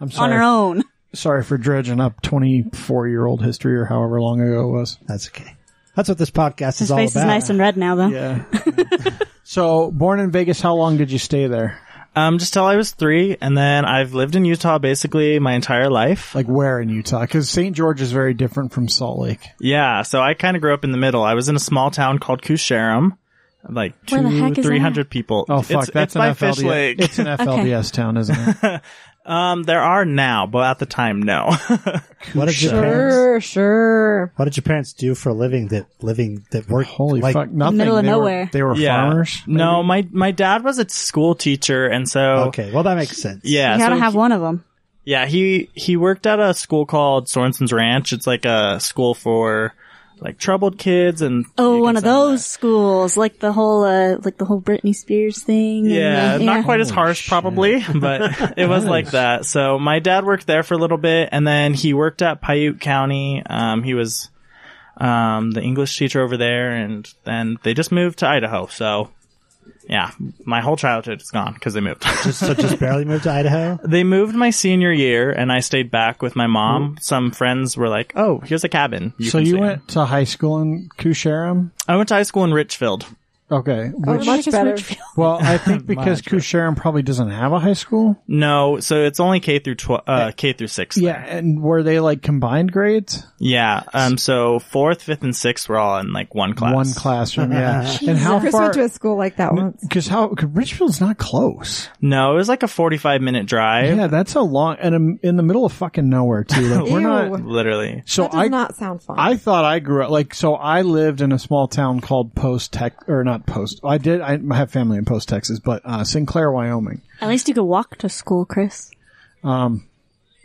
I'm sorry. on her own. Sorry for dredging up 24 year old history or however long ago it was. that's okay. That's what this podcast His is all face about. is nice and red now, though. Yeah. so, born in Vegas, how long did you stay there? Um, just till I was three, and then I've lived in Utah basically my entire life. Like where in Utah? Because St. George is very different from Salt Lake. Yeah, so I kind of grew up in the middle. I was in a small town called Kusharam, like Where the heck two, is three hundred people. Oh fuck, it's, that's it's an by FLDS. Fish Lake. It's an FLDS town, isn't it? Um, there are now, but at the time, no. what did your parents? Sure, sure. What did your parents do for a living? That living that worked. Holy like, fuck, nothing. middle of they were- nowhere. they were yeah, farmers. no. My my dad was a school teacher, and so Okay, well that makes sense. yeah, you gotta so have one of them. Yeah, he he worked at a school called Sorensen's Ranch. It's like a school for like troubled kids and Oh, you can one of send those schools, like the whole, uh, like the whole Britney Spears thing. that. and uh, Yeah, the- not quite Oh, as harsh probably, but it was like that. So my dad worked there for a little bit, and then he worked at Paiute County. Um, he was um the English teacher over there, and then they just moved to Idaho. So yeah, my whole childhood is gone because they moved. so just barely moved to Idaho. They moved my senior year, and I stayed back with my mom. Some friends were like, "Oh, here's a cabin." so can you stay in." went to high school in Kusharam? I went to high school in Richfield. Okay. Oh, Like much it's better. Richfield. Well, I think because Kusharam probably doesn't have a high school. No, so it's only K through twelve, uh, K through six. Yeah, and were they like combined grades? yeah. Um, so fourth, fifth, and sixth were all in like one class. One classroom, yeah. and how Chris far? went to a school like that once. Because how? Cause Richfield's not close. No, it was like a forty-five minute drive. Yeah, that's a long and um in the middle of fucking nowhere too. Like, we're not. Ew. Literally. So that does I not sound fun. I thought I grew up like so. I lived in a small town called Post Tech or not Post. I did. I have family in Post Texas, but uh, Sinclair, Wyoming. At least you could walk to school, Chris. That's,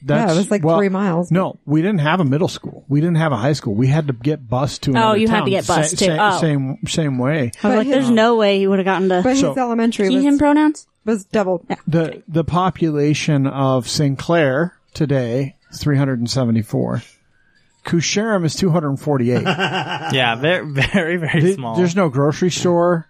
Yeah, it was like well, three miles. No, we didn't have a middle school. We didn't have a high school. We had to get bused to. Oh, another you had town. to get bused Sa- to- sa- oh. Same same way. I was But like, his- there's no way he would have gotten to but so- his elementary he, was, him pronouns. was double. the The population of Sinclair today three hundred and seventy four. Kusharam is two hundred and forty eight. Yeah, very, very, very small. There's no grocery store.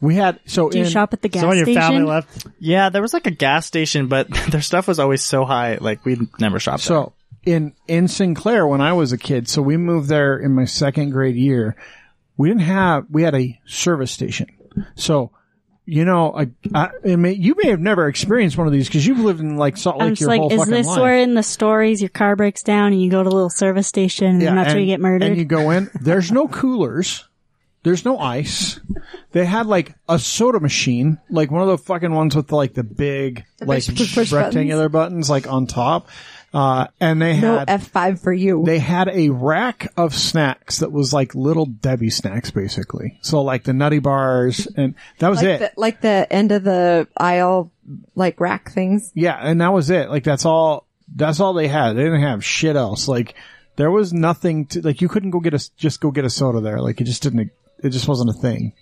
We had so Do you in, shop at the gas So when your station? family left, yeah, there was like a gas station, but their stuff was always so high, like we never shopped. there. So in in Sinclair when I was a kid, so we moved there in my second grade year. We didn't have we had a service station. So you know, I, I, I may, you may have never experienced one of these because you've lived in like Salt Lake I'm just your whole like, is fucking this life. where in the stories your car breaks down and you go to a little service station and Yeah, that's where you get murdered? And you go in. There's no coolers. There's no ice. They had like a soda machine, like one of the fucking ones with like the big, like push- push buttons. rectangular buttons. like on top. Uh, and they No had F five for you. they had a rack of snacks that was like little Debbie snacks, basically. So like the Nutty Bars, and that was like it. the, like the end of the aisle, like rack things. yeah, and that was it. Like that's all. That's all they had. They didn't have shit else. Like there was nothing to like. You couldn't go get a just go get a soda there. Like it just didn't. It just wasn't a thing.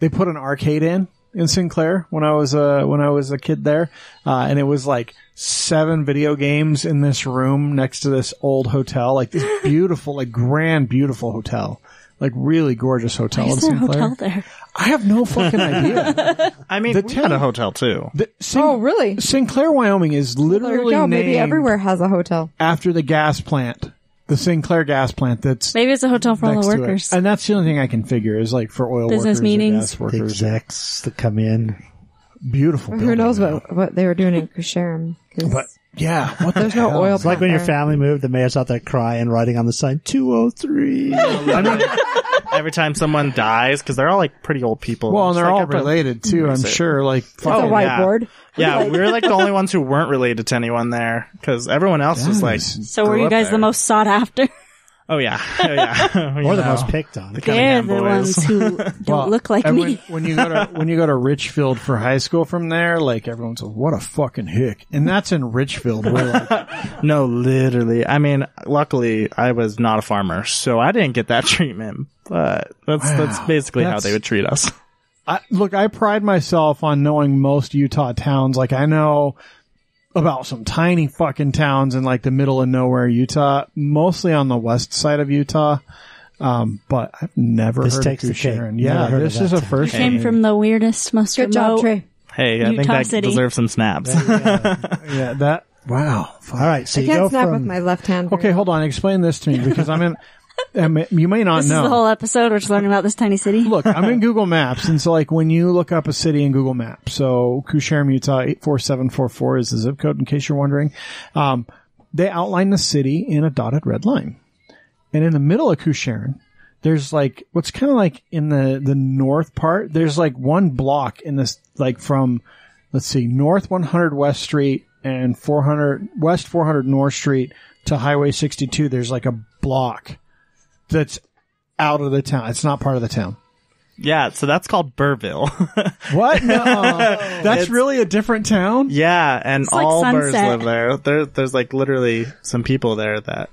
They put an arcade in in Sinclair when I was uh when I was a kid there, uh, and it was like seven video games in this room next to this old hotel, like this beautiful, like grand, beautiful hotel. Like really gorgeous hotel in Is there a Sinclair. hotel there? I have no fucking idea. I mean, the we town- had a hotel too. The Sin- Oh, really? Sinclair, Wyoming is There you literally go. named Maybe everywhere has a hotel. after the gas plant, the Sinclair gas plant that's Maybe it's a hotel for all next the to workers. it. And that's the only thing I can figure is like for oil Business workers or meetings. gas the workers. execs that come in. Beautiful. Who building, knows though. what what they were doing in Kusharam? 'cause But yeah, what the there's no hell? oil. It's like when your family moved, the mayor's out there crying, writing on the sign 203. Oh, I mean, Every time someone dies, because they're all like pretty old people. Well, It's and they're like all every- related too. I'm Research. sure. Like It's fucking- a whiteboard. Yeah, we were like the only ones who weren't related to anyone there because everyone else was like. so were you guys the most sought after? Oh yeah, oh yeah. You or the know, most picked on. the They're Cunningham the boys. ones who don't Well, look like and me. When, when you go to when you go to Richfield for high school from there, like everyone's like, "What a fucking hick!" And that's in Richfield. We're like, No, literally. I mean, luckily I was not a farmer, so I didn't get that treatment. But that's Wow. that's basically how That's- they would treat us. I, look, I pride myself on knowing most Utah towns. Like I know about some tiny fucking towns in like the middle of nowhere Utah, mostly on the west side of Utah. Um, but I've never This heard takes of the cake. Sharon. Never Yeah, heard of this that is a town. first. Came one. from the weirdest, most Good job, remote- Trey. Hey, I think Utah that City. deserves some snaps. yeah, that wow. Fuck. All right, so I you go can't snap from with my left hand. Okay, hold on. Explain this to me because I'm in. I mean, you may not This know. is the whole episode. We're just learning about this tiny city. look, I'm in Google Maps, and so like when you look up a city in Google Maps, so Kusharim, Utah, eight four seven four four is the zip code. In case you're wondering, um, they outline the city in a dotted red line, and in the middle of Kusharim, there's like what's kind of like in the the north part. There's like one block in this like from let's see North 100 West Street and 400 West 400 North Street to Highway 62. There's like a block that's out of the town. It's not part of the town. yeah, so that's called Burville. What? That's really a different town? yeah, and It's like all birds Sunset. live there. There, there's like literally some people there that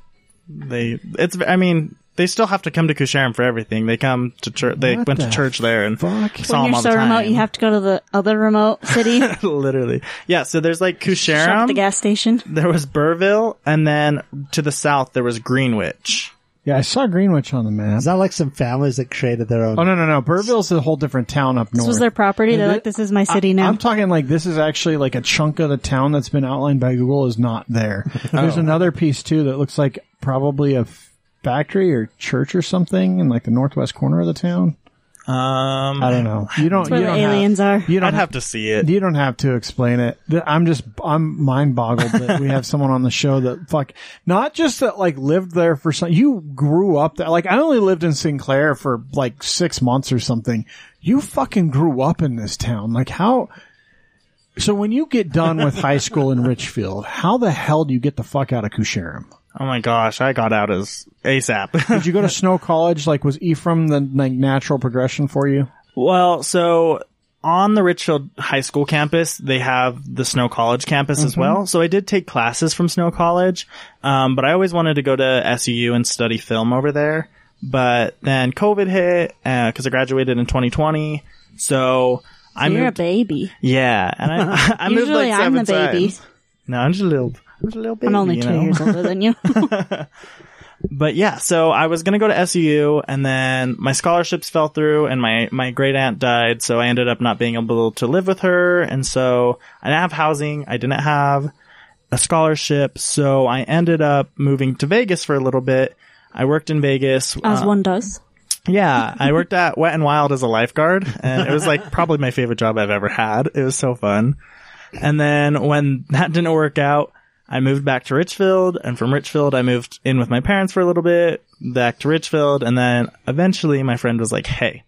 they. It's. I mean, they still have to come to Kusharim for everything. They come to church. They What went to the church there and Fuck. saw when 'em you're all so the time. remote, you have to go to the other remote city. Shop literally. Yeah, so there's like at Kusharim. the gas station. there was Burville, and then to the south there was Greenwich. Yeah, I saw Greenwich on the map. It's not like some families that created their own. Oh no no no! Burville's a whole different town up north. This was their property. They're And like, thi- "This is my city I- now." I'm talking like this is actually like a chunk of the town that's been outlined by Google is not there. Oh. There's another piece too that looks like probably a f- factory or church or something in like the northwest corner of the town. Um, I don't know. You don't. where you the don't aliens Have, are. you don't I'd have to see it. You don't have to explain it. Th- I'm just I'm mind boggled that we have someone on the show that fuck not just that like lived there for some. You grew up there. Like I only lived in Sinclair for like six months or something. You fucking grew up in this town. Like how? So when you get done with high school in Richfield, how the hell do you get the fuck out of Kusharim? Oh my gosh, I got out as ASAP. Did you go to Snow College? Like was Ephraim the like natural progression for you? well, so on the Richfield High School campus, they have the Snow College campus as well. So I did take classes from Snow College, um, but I always wanted to go to SUU and study film over there. But then COVID hit because I graduated in 2020. So I You're a moved. baby. yeah, and I, I moved Usually, like seven I'm the baby. times. No, I'm just a little. I'm just a little baby. I'm only you two know? years older than you. but yeah, so I was gonna go to SU, and then my scholarships fell through, and my my great aunt died, so I ended up not being able to live with her, and so I didn't have housing, I didn't have a scholarship, so I ended up moving to Vegas for a little bit. I worked in Vegas. As uh, one does. yeah, I worked at Wet and Wild as a lifeguard, and it was like probably my favorite job I've ever had. It was so fun. And then when that didn't work out, I moved back to Richfield, and from Richfield, I moved in with my parents for a little bit, back to Richfield, and then eventually my friend was like, hey,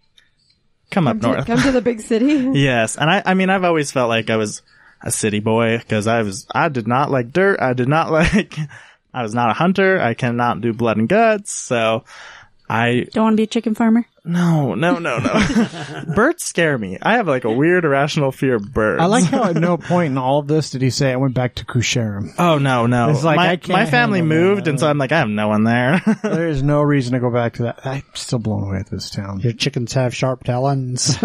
come up north. Come to the big city. Yes, and I, I mean, I've always felt like I was a city boy because I was, I did not like dirt. I did not like, I was not a hunter. I cannot do blood and guts. So I, Don't want to be a chicken farmer. no, Oh, no, no, no. birds scare me. I have like a weird irrational fear of birds. I like how at no point in all of this did he say I went back to Kusharim. Oh no, no. It's like, my, I can't my family handle moved, that. and so I'm like, I have no one there. There is no reason to go back to that. I'm still blown away at this town. Your chickens have sharp talons.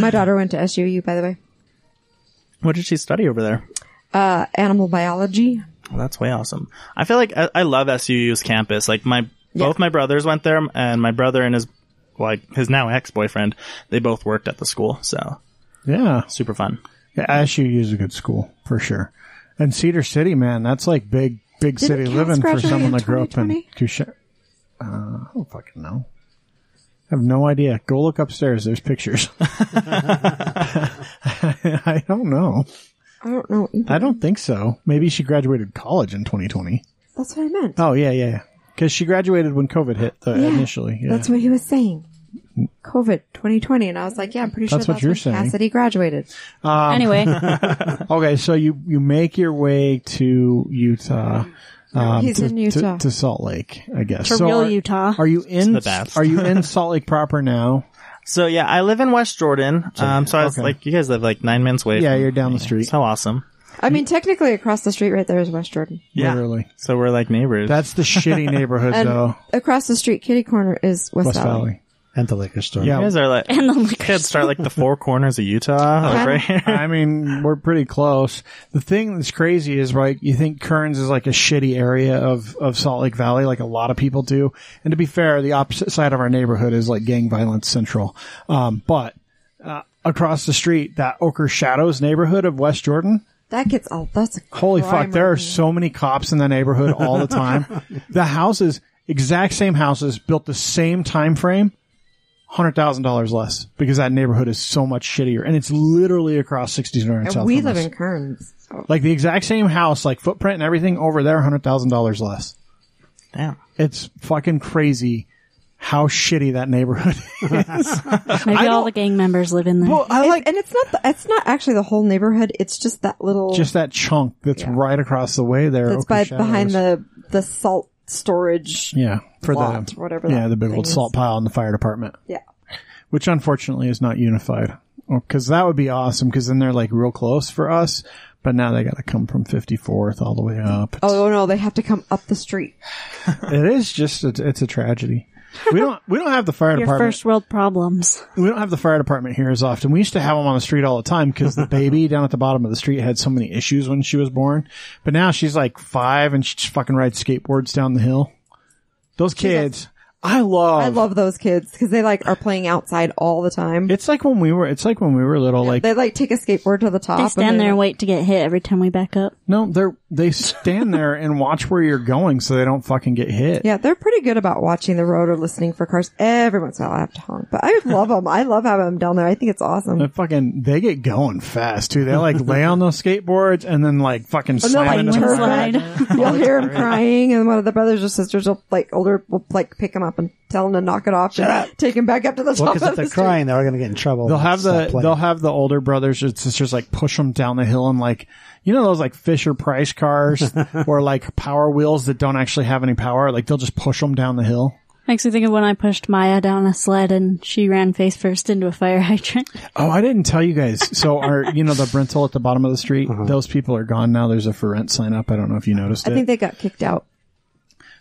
My daughter went to SUU, by the way. what did she study over there? Uh, animal biology. Well, that's way awesome. I feel like I, I love SUU's campus. Like my both my brothers went there, and my brother and his like his now ex boyfriend, they both worked at the school, so Yeah. super fun. yeah SU is a good school for sure. And Cedar City, man, that's like big, big city Cass living for graduate someone in that grew up in 2020? Kusharim. Uh, I don't fucking know. I have no idea. Go look upstairs. There's pictures. I don't know. I don't know. Either. I don't think so. Maybe she graduated college in 2020. That's what I meant. Oh yeah, yeah, yeah. Because she graduated when COVID hit uh, initially. Yeah. That's what he was saying. COVID 2020, and I was like, yeah, I'm pretty sure That's what that's what you're when saying. Cassidy graduated. anyway, Okay, so you you make your way to Utah, um, He's to, in Utah. to, to Salt Lake, I guess. To so real are, Utah. Are you in? the best. Are you in Salt Lake proper now? So yeah, I live in West Jordan. Um, so I was okay. like, you guys live like nine minutes away. Yeah, from you're down the me. street. So awesome. I mean, technically across the street right there is West Jordan. Yeah. Literally. So we're like neighbors. That's the shitty neighborhood And though. across the street, kitty corner is West, West Valley. Valley. and the liquor store. Yeah. you guys are like, and the liquor kids start like the four corners of Utah, like, right here. I mean, we're pretty close. The thing that's crazy is like you think Kearns is like a shitty area of of Salt Lake Valley, like a lot of people do. And to be fair, the opposite side of our neighborhood is like gang violence central. Um, but uh, across the street, that Ochre Shadows neighborhood of West Jordan, That gets all. That's a Holy crime fuck, there are rate. so many cops in the neighborhood all the time. the houses, exact same houses, built the same time frame, $100,000 less because that neighborhood is so much shittier. And it's literally across 69 and And South. we from live us. in Kearns. so- Like the exact same house, like footprint and everything over there, $100,000 less. Damn. It's fucking crazy how shitty that neighborhood is. Maybe all don't- the gang members live in there. well, I It's- like and it's not. The, it's not actually the whole neighborhood. It's just that little. just that chunk that's Yeah. right across the way there. that's Oaken by, Shadows. behind the the salt storage. Yeah, for Lot, the whatever Yeah, that the big thing old is. salt pile in the fire department. Yeah. which unfortunately is not unified. Because that would be awesome. Because then they're like real close for us. But now they got to come from 54th all the way up. Oh no, they have to come up the street. It is just a, it's a tragedy. We don't we don't have the fire Your department. first world problems. we don't have the fire department here as often. We used to have them on the street all the time because the baby down at the bottom of the street had so many issues when she was born. But now she's like five and she just fucking rides skateboards down the hill. Those kids, I love. I love those kids because they like are playing outside all the time. It's like when we were. It's like when we were little. Like they like take a skateboard to the top. They and stand they- there and wait to get hit every time we back up. no, they are they stand there and watch where you're going so they don't fucking get hit. Yeah, they're pretty good about watching the road or listening for cars. Every once in a while, I have to honk, but I love them. I love having them down there. I think it's awesome. They fucking they get going fast too. They like lay on those skateboards and then like fucking And they'll slam like into turn the slide. back. You'll hear him crying, and one of the brothers or sisters will like older will like pick him up and tell him to knock it off and take him back up to the Well, top because of if the they're street. crying, they're going to get in trouble. They'll have the Stop playing. they'll have the older brothers or sisters like push them down the hill and like you know those like Fisher Price cars or like power wheels that don't actually have any power like they'll just push them down the hill. Makes me think of when I pushed Maya down a sled and she ran face first into a fire hydrant. Oh, I didn't tell you guys. So our you know the Brentel at the bottom of the street, those people are gone now. There's a for rent sign up. I don't know if you noticed I it. think they got kicked out.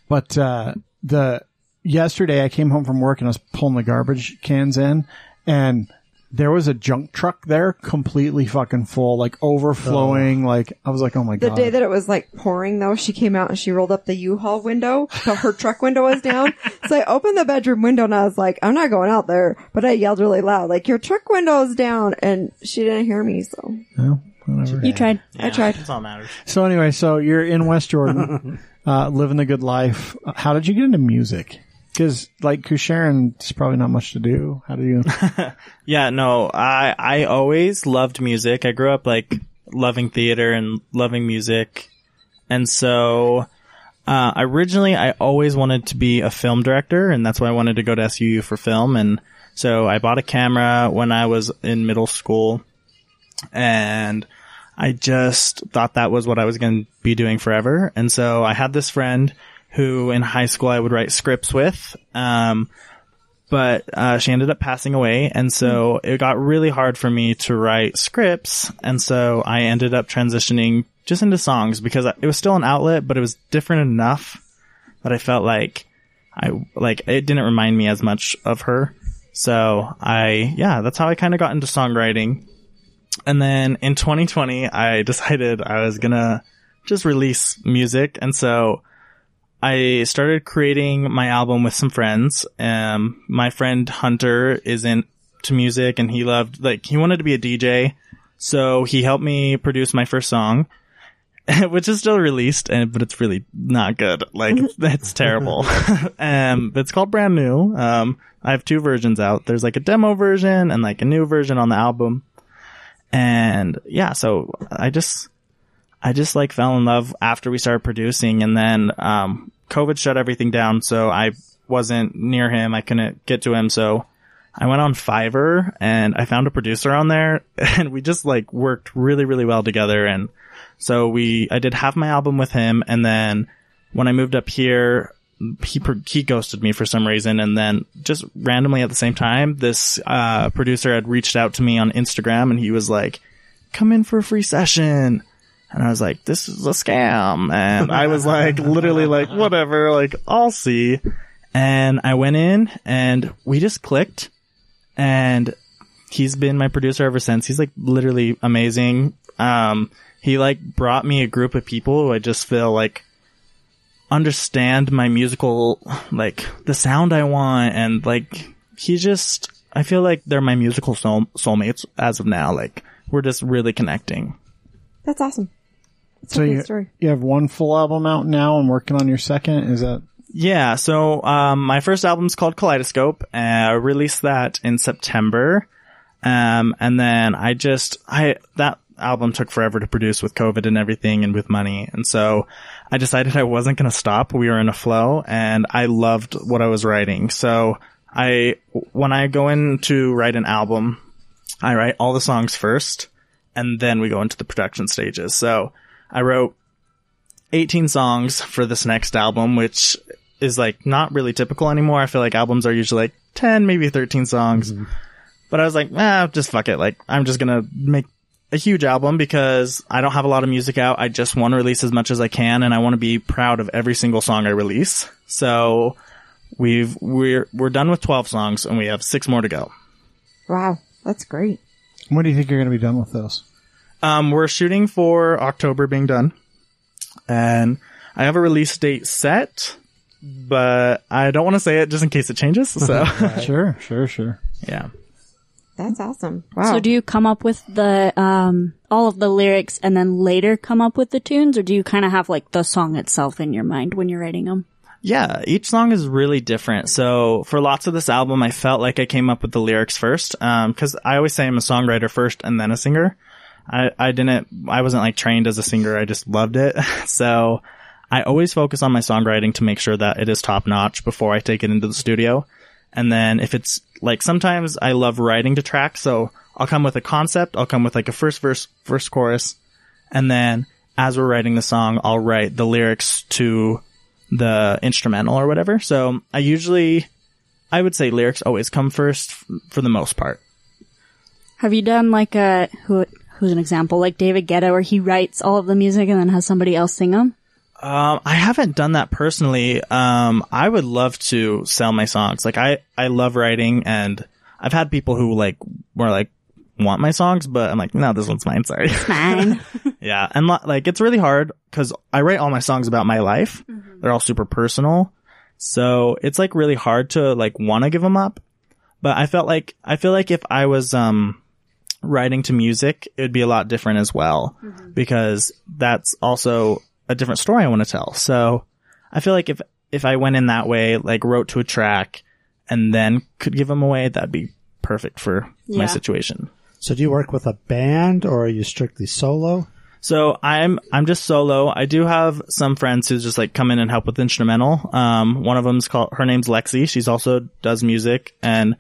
But uh, the yesterday I came home from work and I was pulling the garbage cans in, and there was a junk truck there, completely fucking full, like overflowing. Like I was like, oh my The god. day that it was like pouring though, she came out and she rolled up the U-Haul window. So her truck window was down. So I opened the bedroom window and I was like, I'm not going out there, but I yelled really loud, like your truck window is down. And she didn't hear me. So No, whatever. You tried. I tried. That's all that matters. So anyway, so you're in West Jordan, uh, living the good life. How did you get into music? Because like Kusharon, it's probably not much to do. How do you? Yeah, no, I I always loved music. I grew up like loving theater and loving music, and so uh, originally I always wanted to be a film director, and that's why I wanted to go to SUU for film. And so I bought a camera when I was in middle school, and I just thought that was what I was going to be doing forever. And so I had this friend who in high school I would write scripts with. Um, but uh, she ended up passing away, and so it got really hard for me to write scripts, and so I ended up transitioning just into songs because it was still an outlet, but it was different enough that I felt like I like it didn't remind me as much of her. So I yeah, that's how I kind of got into songwriting, and then in 2020 I decided I was gonna just release music, and so I started creating my album with some friends. Um, my friend Hunter is into music and he loved, like, he wanted to be a DJ. So he helped me produce my first song, which is still released, and but it's really not good. Like, it's, it's terrible. um, but it's called Brand New. Um, I have two versions out. There's like a demo version and like a new version on the album. And yeah, so I just, I just like fell in love after we started producing and then um COVID shut everything down so I wasn't near him. I couldn't get to him so I went on Fiverr and I found a producer on there and we just like worked really really well together and so we I did half my album with him and then when I moved up here, he per- he ghosted me for some reason, and then just randomly at the same time, this uh, producer had reached out to me on Instagram, and he was like, "Come in for a free session." And I was like, this is a scam. And I was like, literally like, whatever, like, I'll see. And I went in and we just clicked and he's been my producer ever since. He's like literally amazing. Um, he like brought me a group of people who I just feel like understand my musical, like the sound I want. And like, he just, I feel like they're my musical soul, soulmates as of now. Like, we're just really connecting. That's awesome. That's So a great you, story. you have one full album out now and working on your second. Is that Yeah, so um, my first album's called Kaleidoscope. Uh, I released that in September, um, and then I just I that album took forever to produce with COVID and everything, and with money, and so I decided I wasn't going to stop. We were in a flow, and I loved what I was writing. So I when I go in to write an album, I write all the songs first, and then we go into the production stages. So I wrote 18 songs for this next album, which is like not really typical anymore. I feel like albums are usually like 10, maybe 13 songs. But I was like, nah, just fuck it. Like, I'm just gonna make a huge album because I don't have a lot of music out. I just want to release as much as I can and I want to be proud of every single song I release. So we've, we're, we're done with 12 songs and we have six more to go. Wow. That's great. when do you think you're going to be done with those? Um, we're shooting for October being done, and I have a release date set, but I don't want to say it just in case it changes. So Sure, sure, sure. yeah, That's awesome. Wow. So do you come up with the um all of the lyrics and then later come up with the tunes or do you kind of have like the song itself in your mind when you're writing them? yeah. Each song is really different. So for lots of this album, I felt like I came up with the lyrics first, because I always say I'm a songwriter first and then a singer. I, I didn't I wasn't like trained as a singer. I just loved it. So I always focus on my songwriting to make sure that it is top notch before I take it into the studio. And then if it's like sometimes I love writing to track, so I'll come with a concept, I'll come with like a first verse, first chorus, and then as we're writing the song, I'll write the lyrics to the instrumental or whatever. So I usually I would say lyrics always come first f- for the most part. Have you done like a who who's an example like David Guetta where he writes all of the music and then has somebody else sing them? Um, I haven't done that personally. Um, I would love to sell my songs. Like I, I love writing and I've had people who like were like, want my songs, but I'm like, no, this one's mine. Sorry. Fine. yeah. And lo- like, it's really hard because I write all my songs about my life. They're all super personal. So it's like really hard to like want to give them up. But I felt like, I feel like if I was, um, writing to music, it would be a lot different as well because that's also a different story I want to tell. So I feel like if, if I went in that way, like wrote to a track and then could give them away, that'd be perfect for my Yeah. situation. So do you work with a band or are you strictly solo? So I'm I'm just solo. I do have some friends who just like come in and help with instrumental. Um, one of them's called her name's Lexi. She's also does music, and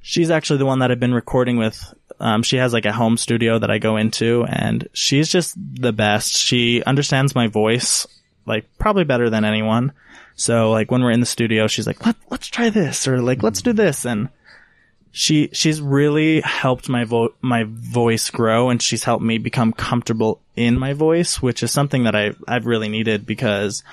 she's actually the one that I've been recording with. Um, she has like a home studio that I go into, and she's just the best. She understands my voice like probably better than anyone. So like when we're in the studio, she's like, Let, let's try this or like let's do this, and she she's really helped my vo- my voice grow and she's helped me become comfortable in my voice which is something that I I've really needed because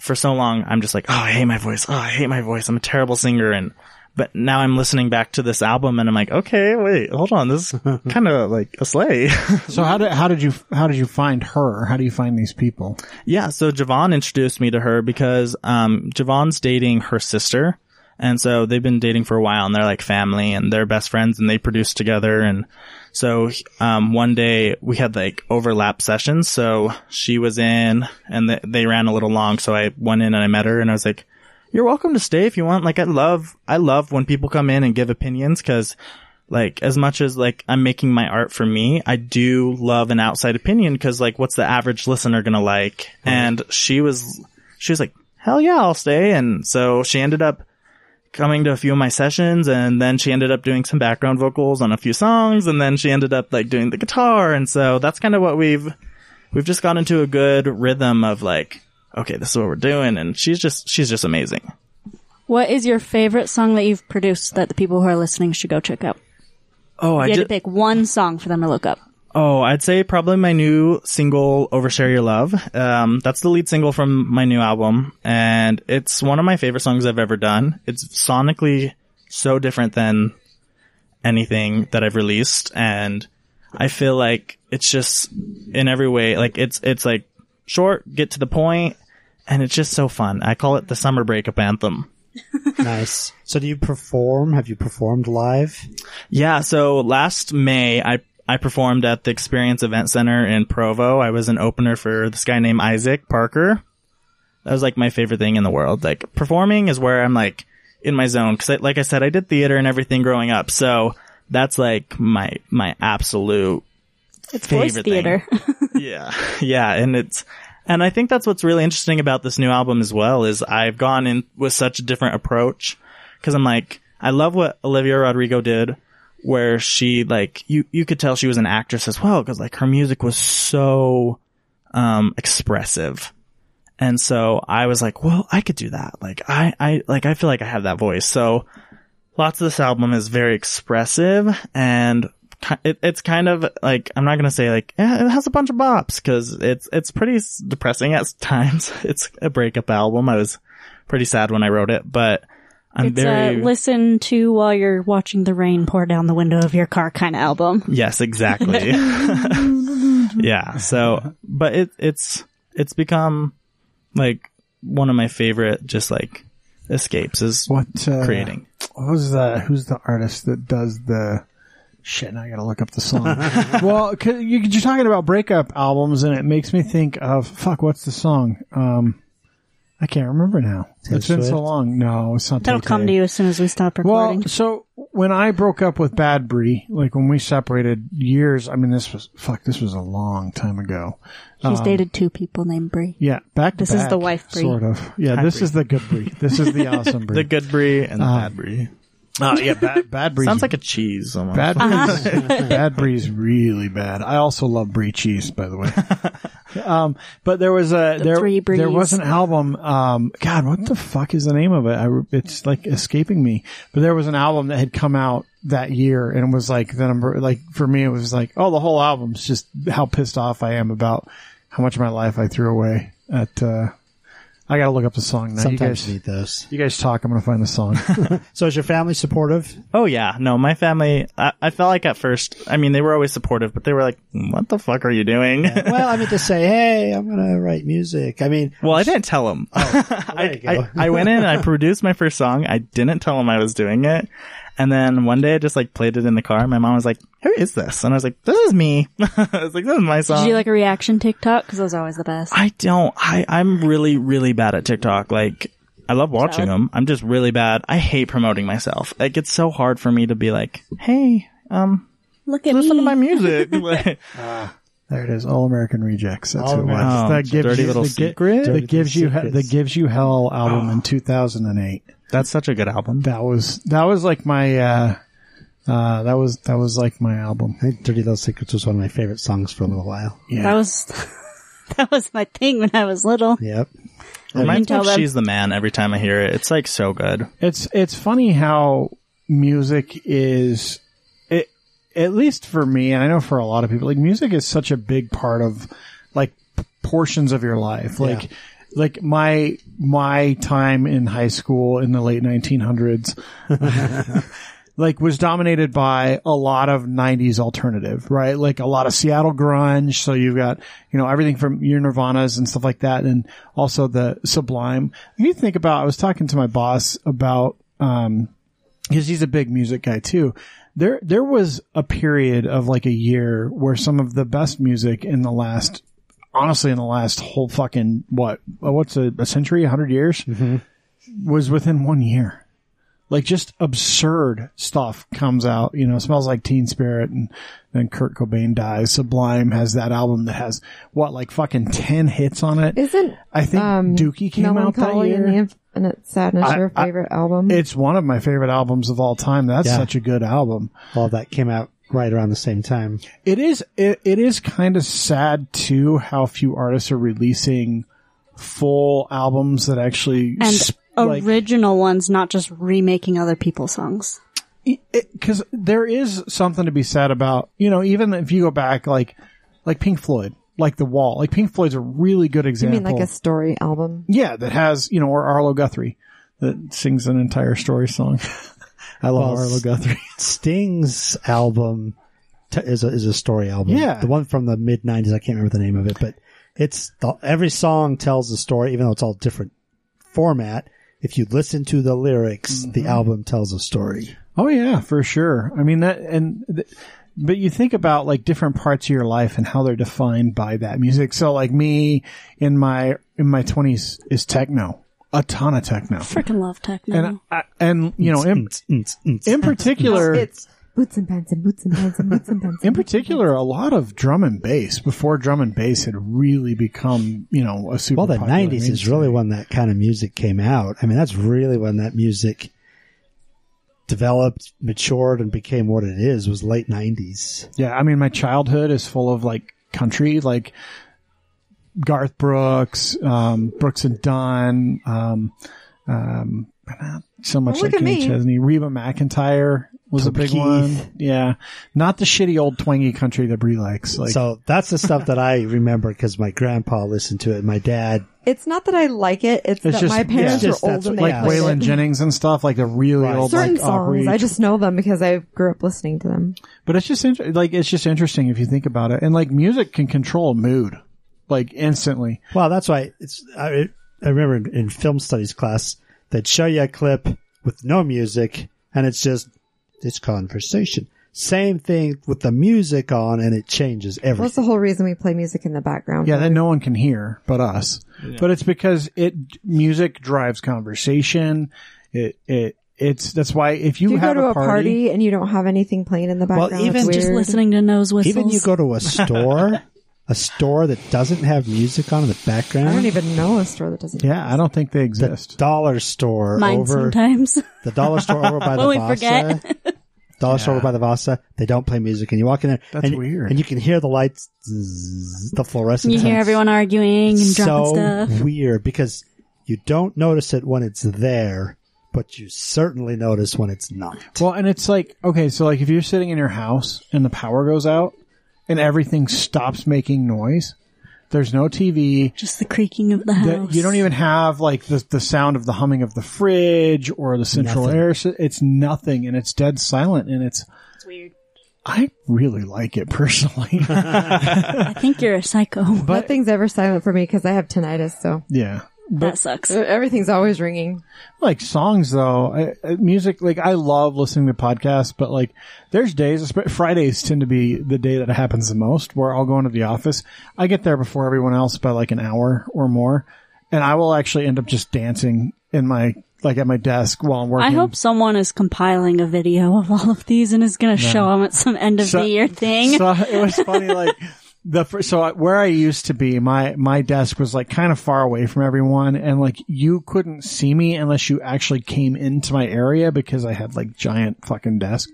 for so long I'm just like oh I hate my voice oh I hate my voice I'm a terrible singer and but now I'm listening back to this album and I'm like okay wait hold on this is kind of like a sleigh So how did how did you how did you find her? How do you find these people? Yeah, so Javon introduced me to her because um Javon's dating her sister. And so they've been dating for a while and they're like family and they're best friends and they produce together and so um one day we had like overlap sessions so she was in and th- they ran a little long so I went in and I met her and I was like you're welcome to stay if you want like I love I love when people come in and give opinions cuz like as much as like I'm making my art for me, I do love an outside opinion because like what's the average listener gonna like? And she was she was like, Hell yeah, I'll stay and so she ended up coming to a few of my sessions and then she ended up doing some background vocals on a few songs and then she ended up like doing the guitar and so that's kind of what we've we've just got into a good rhythm of like okay, this is what we're doing. And she's just, she's just amazing. What is your favorite song that you've produced that the people who are listening should go check out? Oh, I You had did. to pick one song for them to look up. Oh, I'd say probably my new single, Overshare Your Love. Um, that's the lead single from my new album, and it's one of my favorite songs I've ever done. It's sonically so different than anything that I've released, and I feel like it's just in every way, like it's, it's like short, get to the point, and it's just so fun. I call it the summer breakup anthem. nice. So do you perform? Have you performed live? Yeah, so last May I I performed at the Experience Event Center in Provo. I was an opener for this guy named Isaac Parker. That was like my favorite thing in the world. Like performing is where I'm like in my zone cuz like I said I did theater and everything growing up. So that's like my my absolute It's Favorite voice theater. yeah yeah and it's and i think that's what's really interesting about this new album as well is i've gone in with such a different approach because i'm like i love what olivia rodrigo did where she like you you could tell she was an actress as well because like her music was so um expressive and so i was like well i could do that like i i like i feel like i have that voice so lots of this album is very expressive and ki- it, it's kind of like I'm not gonna say like eh, it has a bunch of bops because it's it's pretty s- depressing at times. It's a breakup album. I was pretty sad when I wrote it, but I'm it's very a listen to while you're watching the rain pour down the window of your car kind of album. yes exactly yeah. So but it it's it's become like one of my favorite just like escapes is What uh, creating. What was the who's the artist that does the shit? Now I gotta look up the song. well, 'cause you, you're talking about breakup albums, and it makes me think of fuck. What's the song? Um, I can't remember now. it's been so Swift? long. No, it's not. That'll Tay-Tay. come to you as soon as we stop recording. Well, so when I broke up with Bad Brie, like when we separated years, I mean, this was fuck. This was a long time ago. She's dated two people named Brie. Yeah, back. to This is back, the wife Brie. sort of. Yeah, this is the good Brie. This is the awesome Brie. The good brie and the bad brie. Uh, yeah, bad, bad breeze. Ah. Sounds like a cheese almost. bad breeze. bad breeze, really bad. I also love brie cheese, by the way. um, but there was a there three breeze. there was an album. Um, God, what the fuck is the name of it? I, re- it's like escaping me. But there was an album that had come out that year, and it was like the number. Like for me, it was like oh, the whole album's just how pissed off I am about how much of my life I threw away at. Uh, I gotta look up the song now. You Sometimes you guys, need those. you guys talk. I'm gonna find the song. So is your family supportive? Oh yeah, no, my family. I, I felt like at first, I mean, they were always supportive, but they were like, "What the fuck are you doing?" well, I mean to say, hey, I'm gonna write music. I mean, well, I didn't tell them. there you go. I, I went in and I produced my first song. I didn't tell them I was doing it, and then one day I just like played it in the car. My mom was like, "Who is this?" And I was like, "This is me." I was like, "This is my song." Did you like a reaction TikTok? Because those are always the best. I don't. I I'm really really bad at TikTok. Like I love watching Valid. them. I'm just really bad. I hate promoting myself. Like it's so hard for me to be like, "Hey, um, Look at listen me. to my music." Like- There it is, All American Rejects. That's All who it was. American- that gives um, Dirty you, Little that gi- Secret? That Dirty gives you Little he- the Secrets. gives you hell album in 2008. That's such a good album. That was that was like my uh, uh, that was that was like my album. I think Dirty Little Secrets was one of my favorite songs for a little while. Yeah, That was that was my thing when I was little. Yep. Reminds me tell of them. She's the Man every time I hear it. It's like so good. it's it's funny how music is it at least for me and i know for a lot of people like music is such a big part of like p- portions of your life like like my my time in high school in the late 1900s like was dominated by a lot of 90s alternative right like a lot of seattle grunge so you've got you know everything from your nirvanas and stuff like that and also the sublime you think about i was talking to my boss about um because he's a big music guy too. There, there was a period of like a year where some of the best music in the last, honestly, in the last whole fucking what, uh, what's a, a century, a hundred years, was within one year. Like just absurd stuff comes out, you know, smells like Teen Spirit and then Kurt Cobain dies. Sublime has that album that has what, like fucking 10 hits on it. Isn't I think um, Dookie came out that Melancholy year. and the Infinite Sadness I- your I- favorite album? it's one of my favorite albums of all time. That's Yeah. such a good album. All that came out right around the same time. It is it, it is kind of sad too how few artists are releasing full albums that actually and sp- like- original ones, not just remaking other people's songs. because there is something to be said about you know even if you go back like like Pink Floyd like the Wall like Pink Floyd's a really good I example mean, like a story album. yeah that has you know or Arlo Guthrie that sings an entire story song I love Well, Arlo Guthrie Sting's album t- is a, is a story album. Yeah. the one from the mid '90s. I can't remember the name of it, but it's the, every song tells a story, even though it's all different format. If you listen to the lyrics, Mm-hmm. the album tells a story. oh yeah for sure I mean that and th- but you think about like different parts of your life and how they're defined by that music so like me in my in my twenties is techno a ton of techno Freaking love techno. and I, and you know in, Mm, mm, mm. in particular It's boots and pants and boots and pants and boots and pants. in particular, a lot of drum and bass before drum and bass had really become, you know, a super. Well, the popular '90s is mainstream. really when that kind of music came out. I mean, that's really when that music developed, matured, and became what it is. Was late '90s. Yeah, I mean, my childhood is full of like country, like Garth Brooks, um, Brooks and Dunn, um, um, not so much Well, look like at Kenny me. Chesney. Reba McIntyre was a big Keith. one. Yeah, not the shitty old twangy country that Brie likes. Like, so that's the stuff that I remember because my grandpa listened to it. My dad It's not that I like it. It's, It's that just- my parents yeah. are Just old that's and what- they like yeah. played Waylon it. Jennings and stuff, like the really Right. old Certain like songs, Opry I just know them because I grew up listening to them. But it's just inter- like it's just interesting if you think about it, and like music can control mood, like instantly. Well, that's why it's. I, I remember in, in film studies class, they'd show you a clip with no music, and it's just it's conversation. Same thing with the music on, and it changes Well, that's everything. the whole reason we play music in the background. Yeah, that no one can hear but us. But it's because it music drives conversation. It it it's that's why if you, If you go have to a party, party and you don't have anything playing in the Well, background, it's even- weird. just listening to nose whistles. Even you go to a store, a store that doesn't have music on in the I don't background, even know a store that doesn't. yeah, I don't think they the exist. dollar store Mine over sometimes. the dollar store over by the When we Vasa. forget. Dollar store over by the Vasa. They don't play music, and you walk in there. That's and you- weird. And you can hear the lights, zzz, the fluorescent. you hear lights. everyone arguing and dropping so stuff. weird because you don't notice it when it's there, but you certainly notice when it's not. Well, and it's like okay, so like if you're sitting in your house and the power goes out and everything stops making noise, there's no TV, Just the creaking of the house. that you don't even have like the the sound of the humming of the fridge or the central Nothing. air. sy- It's nothing, and it's dead silent, and it's It's weird. I really like it personally. I think you're a psycho. Nothing's ever silent for me because I have tinnitus, so yeah, that sucks. everything's always ringing. like songs though, I, I, music. Like I love listening to podcasts, but like there's days. espe- Fridays tend to be the day that it happens the most, where I'll go into the office. I get there before everyone else by like an hour or more, and I will actually end up just dancing in my like at my desk while I'm working. I hope someone is compiling a video of all of these and is going to 'em show them at some end of So- the year thing. So it was funny, like the fir- so I- where I used to be, my my desk was like kind of far away from everyone, and like you couldn't see me unless you actually came into my area because I had like giant fucking desk.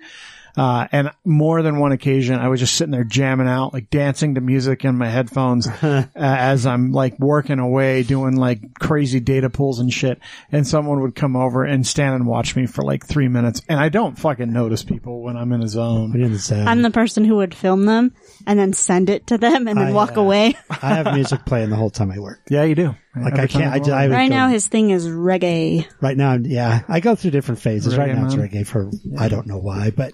Uh, and more than one occasion, I was just sitting there jamming out, like dancing to music in my headphones uh, as I'm like working away, doing like crazy data pulls and shit. And someone would come over and stand and watch me for like three minutes. And I don't fucking notice people when I'm in a zone. What do you understand? I'm the person who would film them and then send it to them and then I, walk uh, away. I have music playing the whole time I work. Yeah, you do. Like Every I can't. time I, you ju- I would Right go- now, his thing is reggae. Right now, yeah, I go through different phases. right Reggae now, it's mom. reggae for I don't know why, but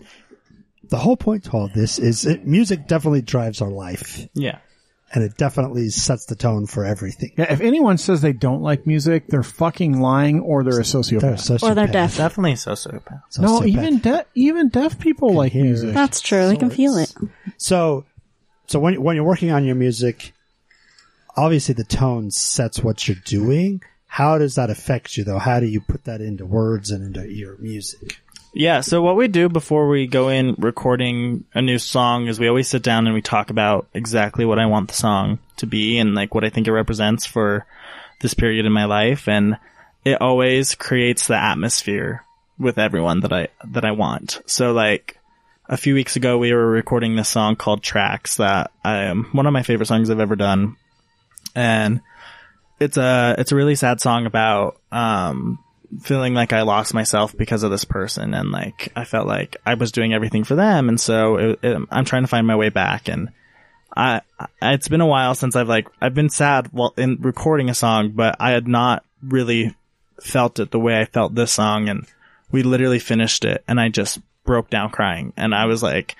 the whole point to all this is it, music definitely drives our life, Yeah. and it definitely sets the tone for everything. Yeah, if anyone says they don't like music, they're fucking lying or they're a sociopath. They're Or they're sociopath. deaf. Definitely a sociopath. Sociopath. no, even de- even deaf people like hear. music. That's true. they can feel it. So, so when when you're working on your music, obviously the tone sets what you're doing. How does that affect you though? How do you put that into words and into your music? Yeah, so what we do before we go in recording a new song is we always sit down and we talk about exactly what I want the song to be and like what I think it represents for this period in my life and it always creates the atmosphere with everyone that I that I want. So like a few weeks ago we were recording this song called Tracks that um one of my favorite songs I've ever done and it's a it's a really sad song about um feeling like I lost myself because of this person and like I felt like I was doing everything for them and so it, it, I'm trying to find my way back and I I- it's been a while since I've like I've been sad while in recording a song but I had not really felt it the way I felt this song and we literally finished it and I just broke down crying and I was like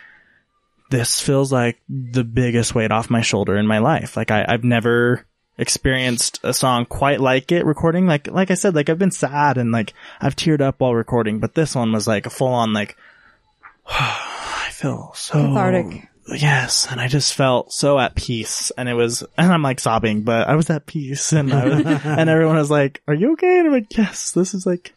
this feels like the biggest weight off my shoulder in my life. Like I, I've never experienced a song quite like it recording. Like, like I said, like I've been sad and like I've teared up while recording, but this one was like a full on like, I feel so Cathartic. Yes. And I just felt so at peace and it was, and I'm like sobbing, but I was at peace and I was, and everyone was like, are you okay? And I'm like, yes, this is like,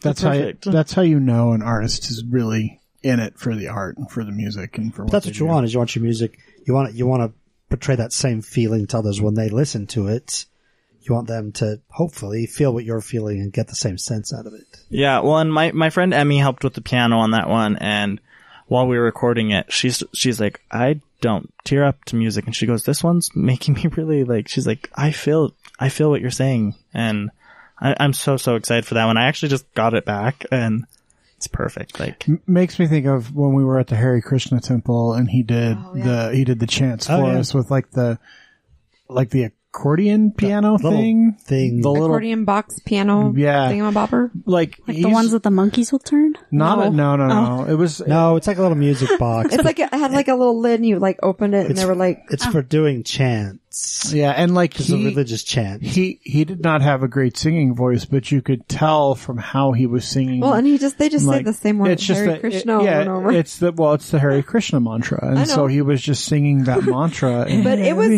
That's how you, Perfect. that's how you know an artist is really in it for the art and for the music and for what That's they what you do. want is you want your music. You want you want to portray that same feeling to others when they listen to it. You want them to hopefully feel what you're feeling and get the same sense out of it. Yeah, well, and my, my friend Emmy helped with the piano on that one, and while we were recording it, she's she's like, I don't tear up to music, and she goes, this one's making me really like. She's like, I feel I feel what you're saying, and I, I'm so so excited for that one. I actually just got it back, and it's perfect. Like, M- makes me think of when we were at the Hare Krishna temple and he did Oh, the he did the chants for Oh, yeah. us with like the like the accordion piano little thing thing. the little Accordion box piano Yeah. thingamabobber. like, Like the he's- ones that the Oh. monkeys will turn? not a- no no no, it was No, it's like a little music box. It's like it had like a little lid and you like opened it and It's- they were like, it's for doing chants. yeah and like It's a he- religious chant. he he did not have a great singing voice, but you could tell from how he was singing. well, and he just, they just say the same one. It's just Hare that- Krishna it- yeah, over and over. it's the well, it's the Hare Krishna mantra, and know. so he was just singing that mantra. And but it was,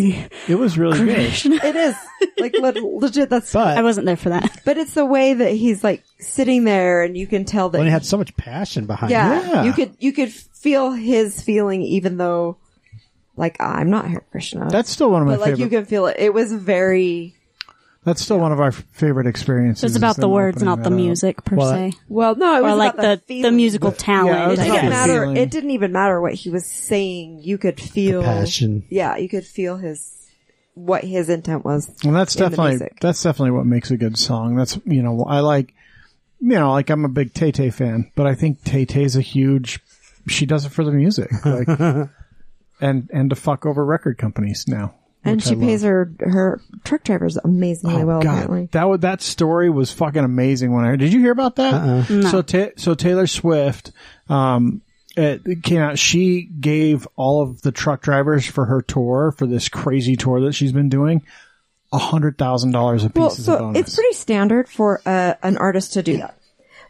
it was really good. it is like le- legit. That's, But I wasn't there for that. but it's the way that he's like sitting there and you can tell that when he he- had so much passion behind Uh, yeah, it. you could you could feel his feeling even though like I'm not Hare Krishna. That's still one of my but like favorite. you can feel it. It was very that's still one of our f- favorite experiences. It was is about the them words, opening not the that up. music per Well, se. well. No, it was Or like about the, the, the, feeling. musical it was talent. It I about didn't guess. the matter. feeling. It didn't even matter what he was saying. You could feel passion. Yeah, you could feel his what his intent was. Well, that's in the definitely music. that's definitely what makes a good song. That's you know I like you know like I'm a big Tay Tay fan, but I think Tay Tay's a huge. She does it for the music, like, and and to fuck over record companies now. and which she I pays her her truck drivers Oh, amazingly well. Apparently, that wa- that story was fucking amazing. When I did you hear about that? So ta- so Taylor Swift, um, it came out. She gave all of the truck drivers for her tour for this crazy tour that she's been doing a hundred thousand dollars a piece well, as a so bonus. it's pretty standard for uh, an artist to do that.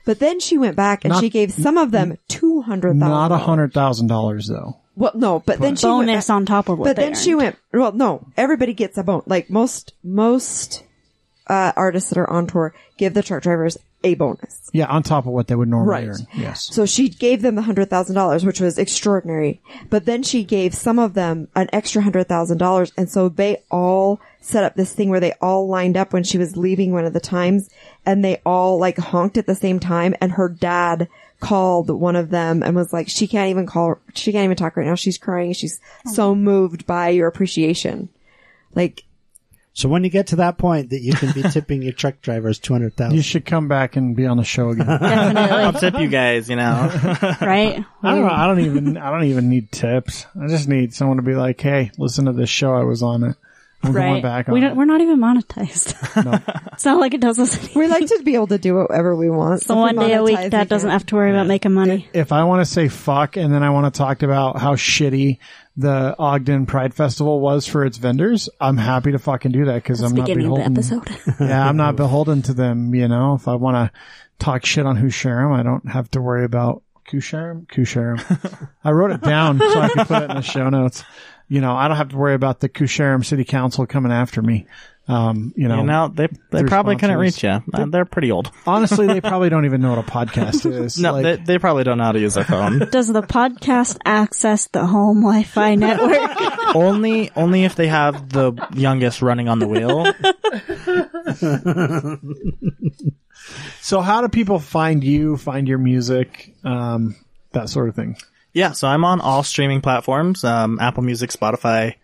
But then she went back and Not- she gave some of them two hundred thousand. not a hundred thousand dollars though. Well, no, but then she went Bonus back- on top of what But they then she earned. went. Well, no, everybody gets a bonus. Like most most uh, artists that are on tour give the truck drivers a bonus. Yeah, on top of what they would normally Right. earn. Yes. So she gave them the hundred thousand dollars, which was extraordinary. But then she gave some of them an extra hundred thousand dollars, and so they all set up this thing where they all lined up when she was leaving one of the times, and they all like honked at the same time. And her dad called one of them and was like, "She can't even call. She can't even talk right now. She's crying. She's so moved by your appreciation." Like So when you get to that point that you can be tipping your truck drivers two hundred You thousand, should come back and be on the show again. I'll tip you guys, you know. right? I don't. know, I don't even. I don't even need tips. I just need someone to be like, "Hey, listen to this show I was on it. I'm going Right. back on we it." don't, we're not even monetized. it's not like it does us any. we like to be able to do whatever we want. So one day a week that doesn't have to worry about making money. if I want to say fuck and then I want to talk about how shitty the Ogden Pride Festival was for its vendors, I'm happy to fucking do that because I'm not Beginning of the beholden. episode. yeah, I'm not beholden to them. You know, if I want to talk shit on Husharim, I don't have to worry about Kusharim. Kusharim. I wrote it down so I could put it in the show notes. You know, I don't have to worry about the Kusharim City Council coming after me. Um, you know, you know, they they probably couldn't sponsors. reach you. Uh, They're pretty old. honestly, they probably don't even know what a podcast is. No, Like- they, they probably don't know how to use their phone. Does the podcast access the home Wi-Fi network? only only if they have the youngest running on the wheel. So how do people find you, find your music, um, that sort of thing? Yeah, so I'm on all streaming platforms: um, Apple Music, Spotify,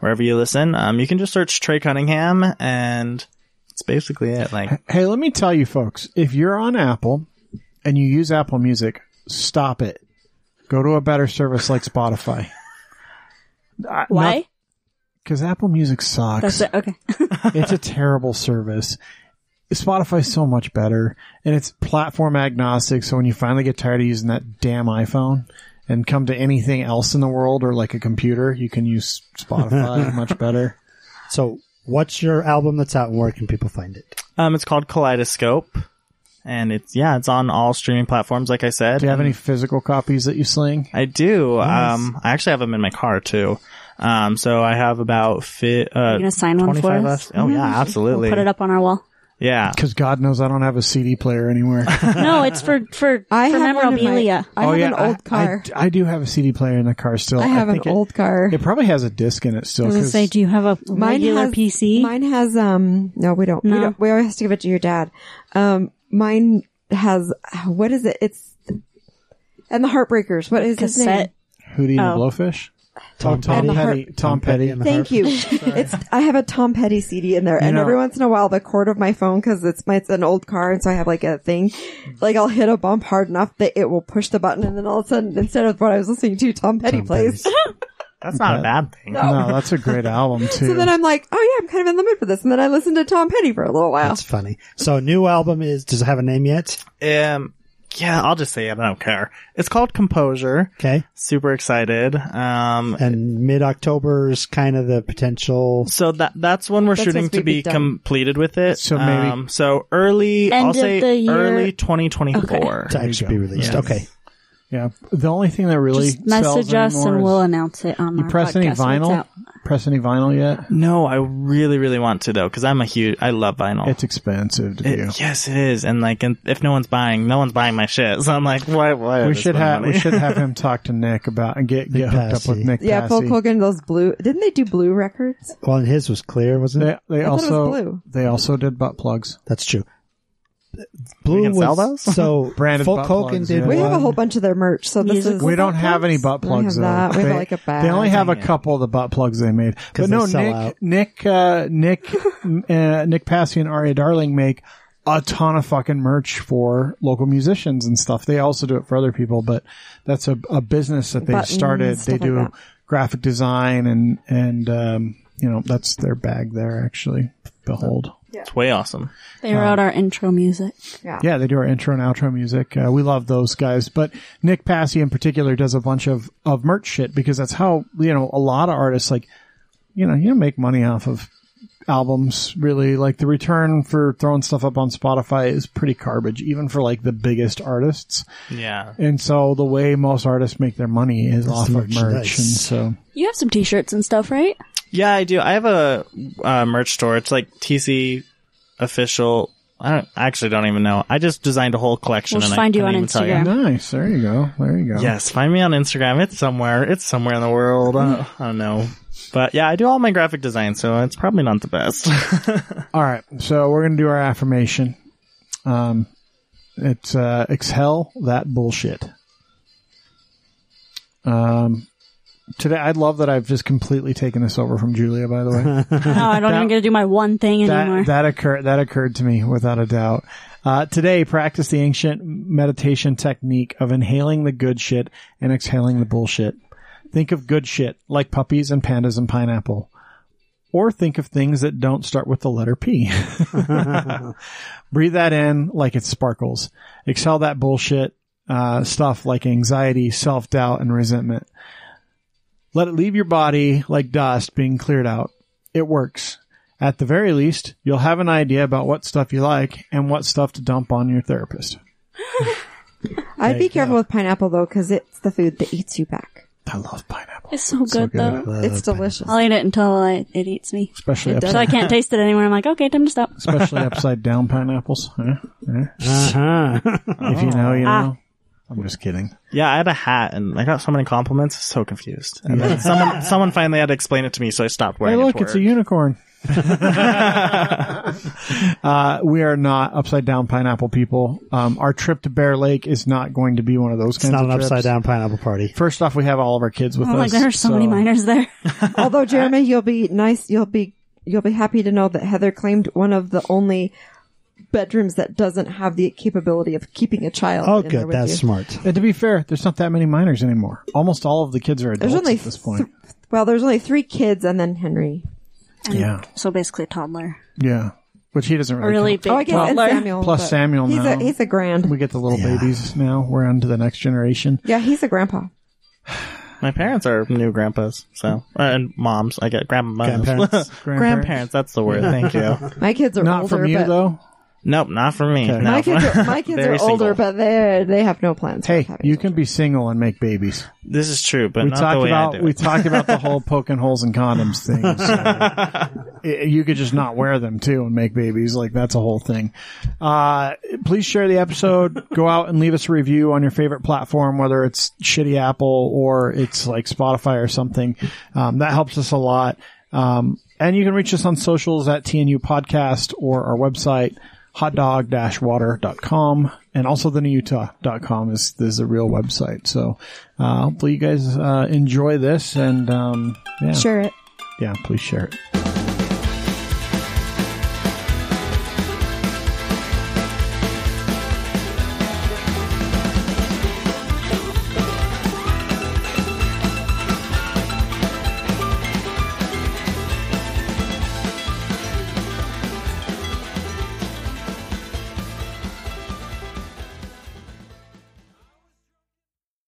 wherever you listen. Um, you can just search Trey Cunningham, and it's basically it. Like, Hey, let me tell you folks, if you're on Apple and you use Apple Music, stop it. Go to a better service like Spotify. Why? Because Apple Music sucks. That's it. Okay. it's a terrible service. Spotify's so much better, and it's platform agnostic. So when you finally get tired of using that damn iPhone and come to anything else in the world or like a computer, you can use Spotify much better. So, what's your album that's out and where can people find it? um, it's called Kaleidoscope, and it's yeah, it's on all streaming platforms. Like I said, Do you have any physical copies that you sling? I do. Um, I actually have them in my car too. Um, so I have about fit. Uh, You gonna sign one for 25 us? Mm-hmm. left. Oh yeah, absolutely. Put it up on our wall. Yeah. Because God knows I don't have a CD player anywhere. No, it's for for I for have one of my- memorabilia. I have an old Oh, I- car. I, I do have a CD player in the car still. I, have an think it- old car. It probably has a disc in it still. I was gonna 'cause- say, do you have a regular PC? Mine has um no, we don't. We No. don't. We always have to give it to your dad. Um, mine has what is it? It's and the Heartbreakers. What is his name? Cassette. Hootie and Oh. the Blowfish. Tom Tom Petty. Petty. Tom Petty. and the Thank you. It's I have a Tom Petty CD in there, and know- every once in a while, the cord of my phone because it's my it's an old car, and so I have like a thing, like I'll hit a bump hard enough that it will push the button, and then all of a sudden, instead of what I was listening to, Tom Petty plays. That's not a bad thing. No, that's a great album too. So then I'm like, oh yeah, I'm kind of in the mood for this, and then I listened to Tom Petty for a little while. That's funny. So, new album is does it have a name yet? Um, yeah, I'll just say it. I don't care. It's called Composure. Okay, Super excited. Um, and mid October is kind of the potential. so that that's when we're That's shooting supposed to to be be done. completed with it. So maybe- um, so early. End I'll of say the year- early 2024. To actually be released. Yes. Okay. yeah, the only thing that really Just message sells us anymore and is- we'll announce it on you our press podcast any when it's vinyl? out. Press any vinyl yet? No, I really, really want to though, because I'm a huge. I love vinyl. It's expensive to It- do. yes, it is, and like, and if no one's buying, no one's buying my shit. So I'm like, why? Why? We should have have. we should have him talk to Nick about and get get hooked up Passy. with Nick. Yeah, Paul Passy. Colgan, those blue. Didn't they do blue records? Well, and his was clear, wasn't it? They, they I thought it was also blue. they also did butt plugs. That's true. Blue can sell was- those? so Branded Folk butt Hogan plugs, did yeah. We have a one- whole bunch of their merch, so this Musical is. We don't have any butt We don't plugs have though. that. We have, They- like, a bag. They only have a couple of the butt plugs they made. But 'Cause no, they sell Nick, out. Nick, uh, Nick, uh, Nick Passy and Aria Darling make a ton of fucking merch for local musicians and stuff. They also do it for other people, but that's a, a business that they've Buttons, started. They stuff like do that. graphic design and and um, you know that's their bag there actually. Behold. It's way awesome. They wrote our intro music. Yeah, they do our intro and outro music. Uh, we love those guys, but Nick Passy in particular does a bunch of of merch shit because that's how you know a lot of artists like you know you don't make money off of albums really. Like the return for throwing stuff up on Spotify is pretty garbage, even for like the biggest artists. Yeah. And so the way most artists make their money is off of merch, merchandise. and so You have some T-shirts and stuff, right? Yeah, I do. I have a uh, merch store. It's like TC official. I don't I actually don't even know. I just designed a whole collection. We'll just and I find you couldn't on even tell Instagram. nice. There you go. There you go. Yes, find me on Instagram. It's somewhere. It's somewhere in the world. I don't, Mm-hmm. I don't know. But yeah, I do all my graphic design, so it's probably not the best. All right, so we're gonna do our affirmation. Um, it's uh, exhale that bullshit. Um, today I love that I've just completely taken this over from Julia. By the way, No, I don't That- even get to do my one thing anymore. that that occurred that occurred to me without a doubt. Uh, today, practice the ancient meditation technique of inhaling the good shit and exhaling the bullshit. Think of good shit like puppies and pandas and pineapple, or think of things that don't start with the letter P. Breathe that in like it sparkles. Exhale that bullshit uh, stuff like anxiety, self doubt, and resentment. Let it leave your body like dust being cleared out. It works. At the very least, you'll have an idea about what stuff you like and what stuff to dump on your therapist. I'd be careful with pineapple though, because it's the food that eats you back. I love pineapple, it's so good, though. Uh, Uh, it's delicious. I'll eat it until I, it eats me. especially does. So I upside, can't taste it anymore. I'm like, okay, time to stop. especially upside down pineapples. Huh? Huh? Uh-huh. If you know, you know. Ah. I'm just kidding. yeah, I had a hat, and I got so many compliments. So confused. And then someone someone finally had to explain it to me, so I stopped Mm-hmm. Hey, wearing it. look, to it's a work. unicorn. Uh, we are not upside down pineapple people. Um, our trip to Bear Lake is not going to be one of those It's kinds not of an trips. upside down pineapple party. First off, we have all of our kids with I'm us. like, there are Oh so, many minors there. Although Jeremy, you'll be nice. You'll be you'll be happy to know that Heather claimed one of the only bedrooms that doesn't have the capability of keeping a child. Oh, in there good. with That's you. smart. And to be fair, there's not that many minors anymore. Almost all of the kids are adults There's only at this point. th- well, there's only three kids and then Henry. yeah, So basically, a toddler. yeah. Which he doesn't A really. really count. big Oh, I guess and toddler. Samuel. Plus but Samuel He's now. a he's a grand. We get the little babies now. We're on to the next generation. Yeah, he's a grandpa. My parents are new grandpas, so uh, and moms. I get grandmas. Grandparents. Grandparents, That's the word. Thank you. My kids are Not older, from you but though. Nope, not for me. No. my kids are, my kids Very are older, single. but they they have no plans. for Hey, having you children. can be single and make babies. This is true, but We not the talked way about I do. we it. talked about the whole poking holes in condoms thing. so. I- you could just not wear them too and make babies. Like that's a whole thing. Uh, please share the episode. Go out and leave us a review on your favorite platform, whether it's Shitty Apple or it's like Spotify or something. Um, that helps us a lot. Um, and you can reach us on socials at TNU Podcast or our website hotdog-water.com and also the newutah.com is, is a real website. So, uh, hopefully you guys, uh, enjoy this and, um, yeah, share it. yeah, please share it.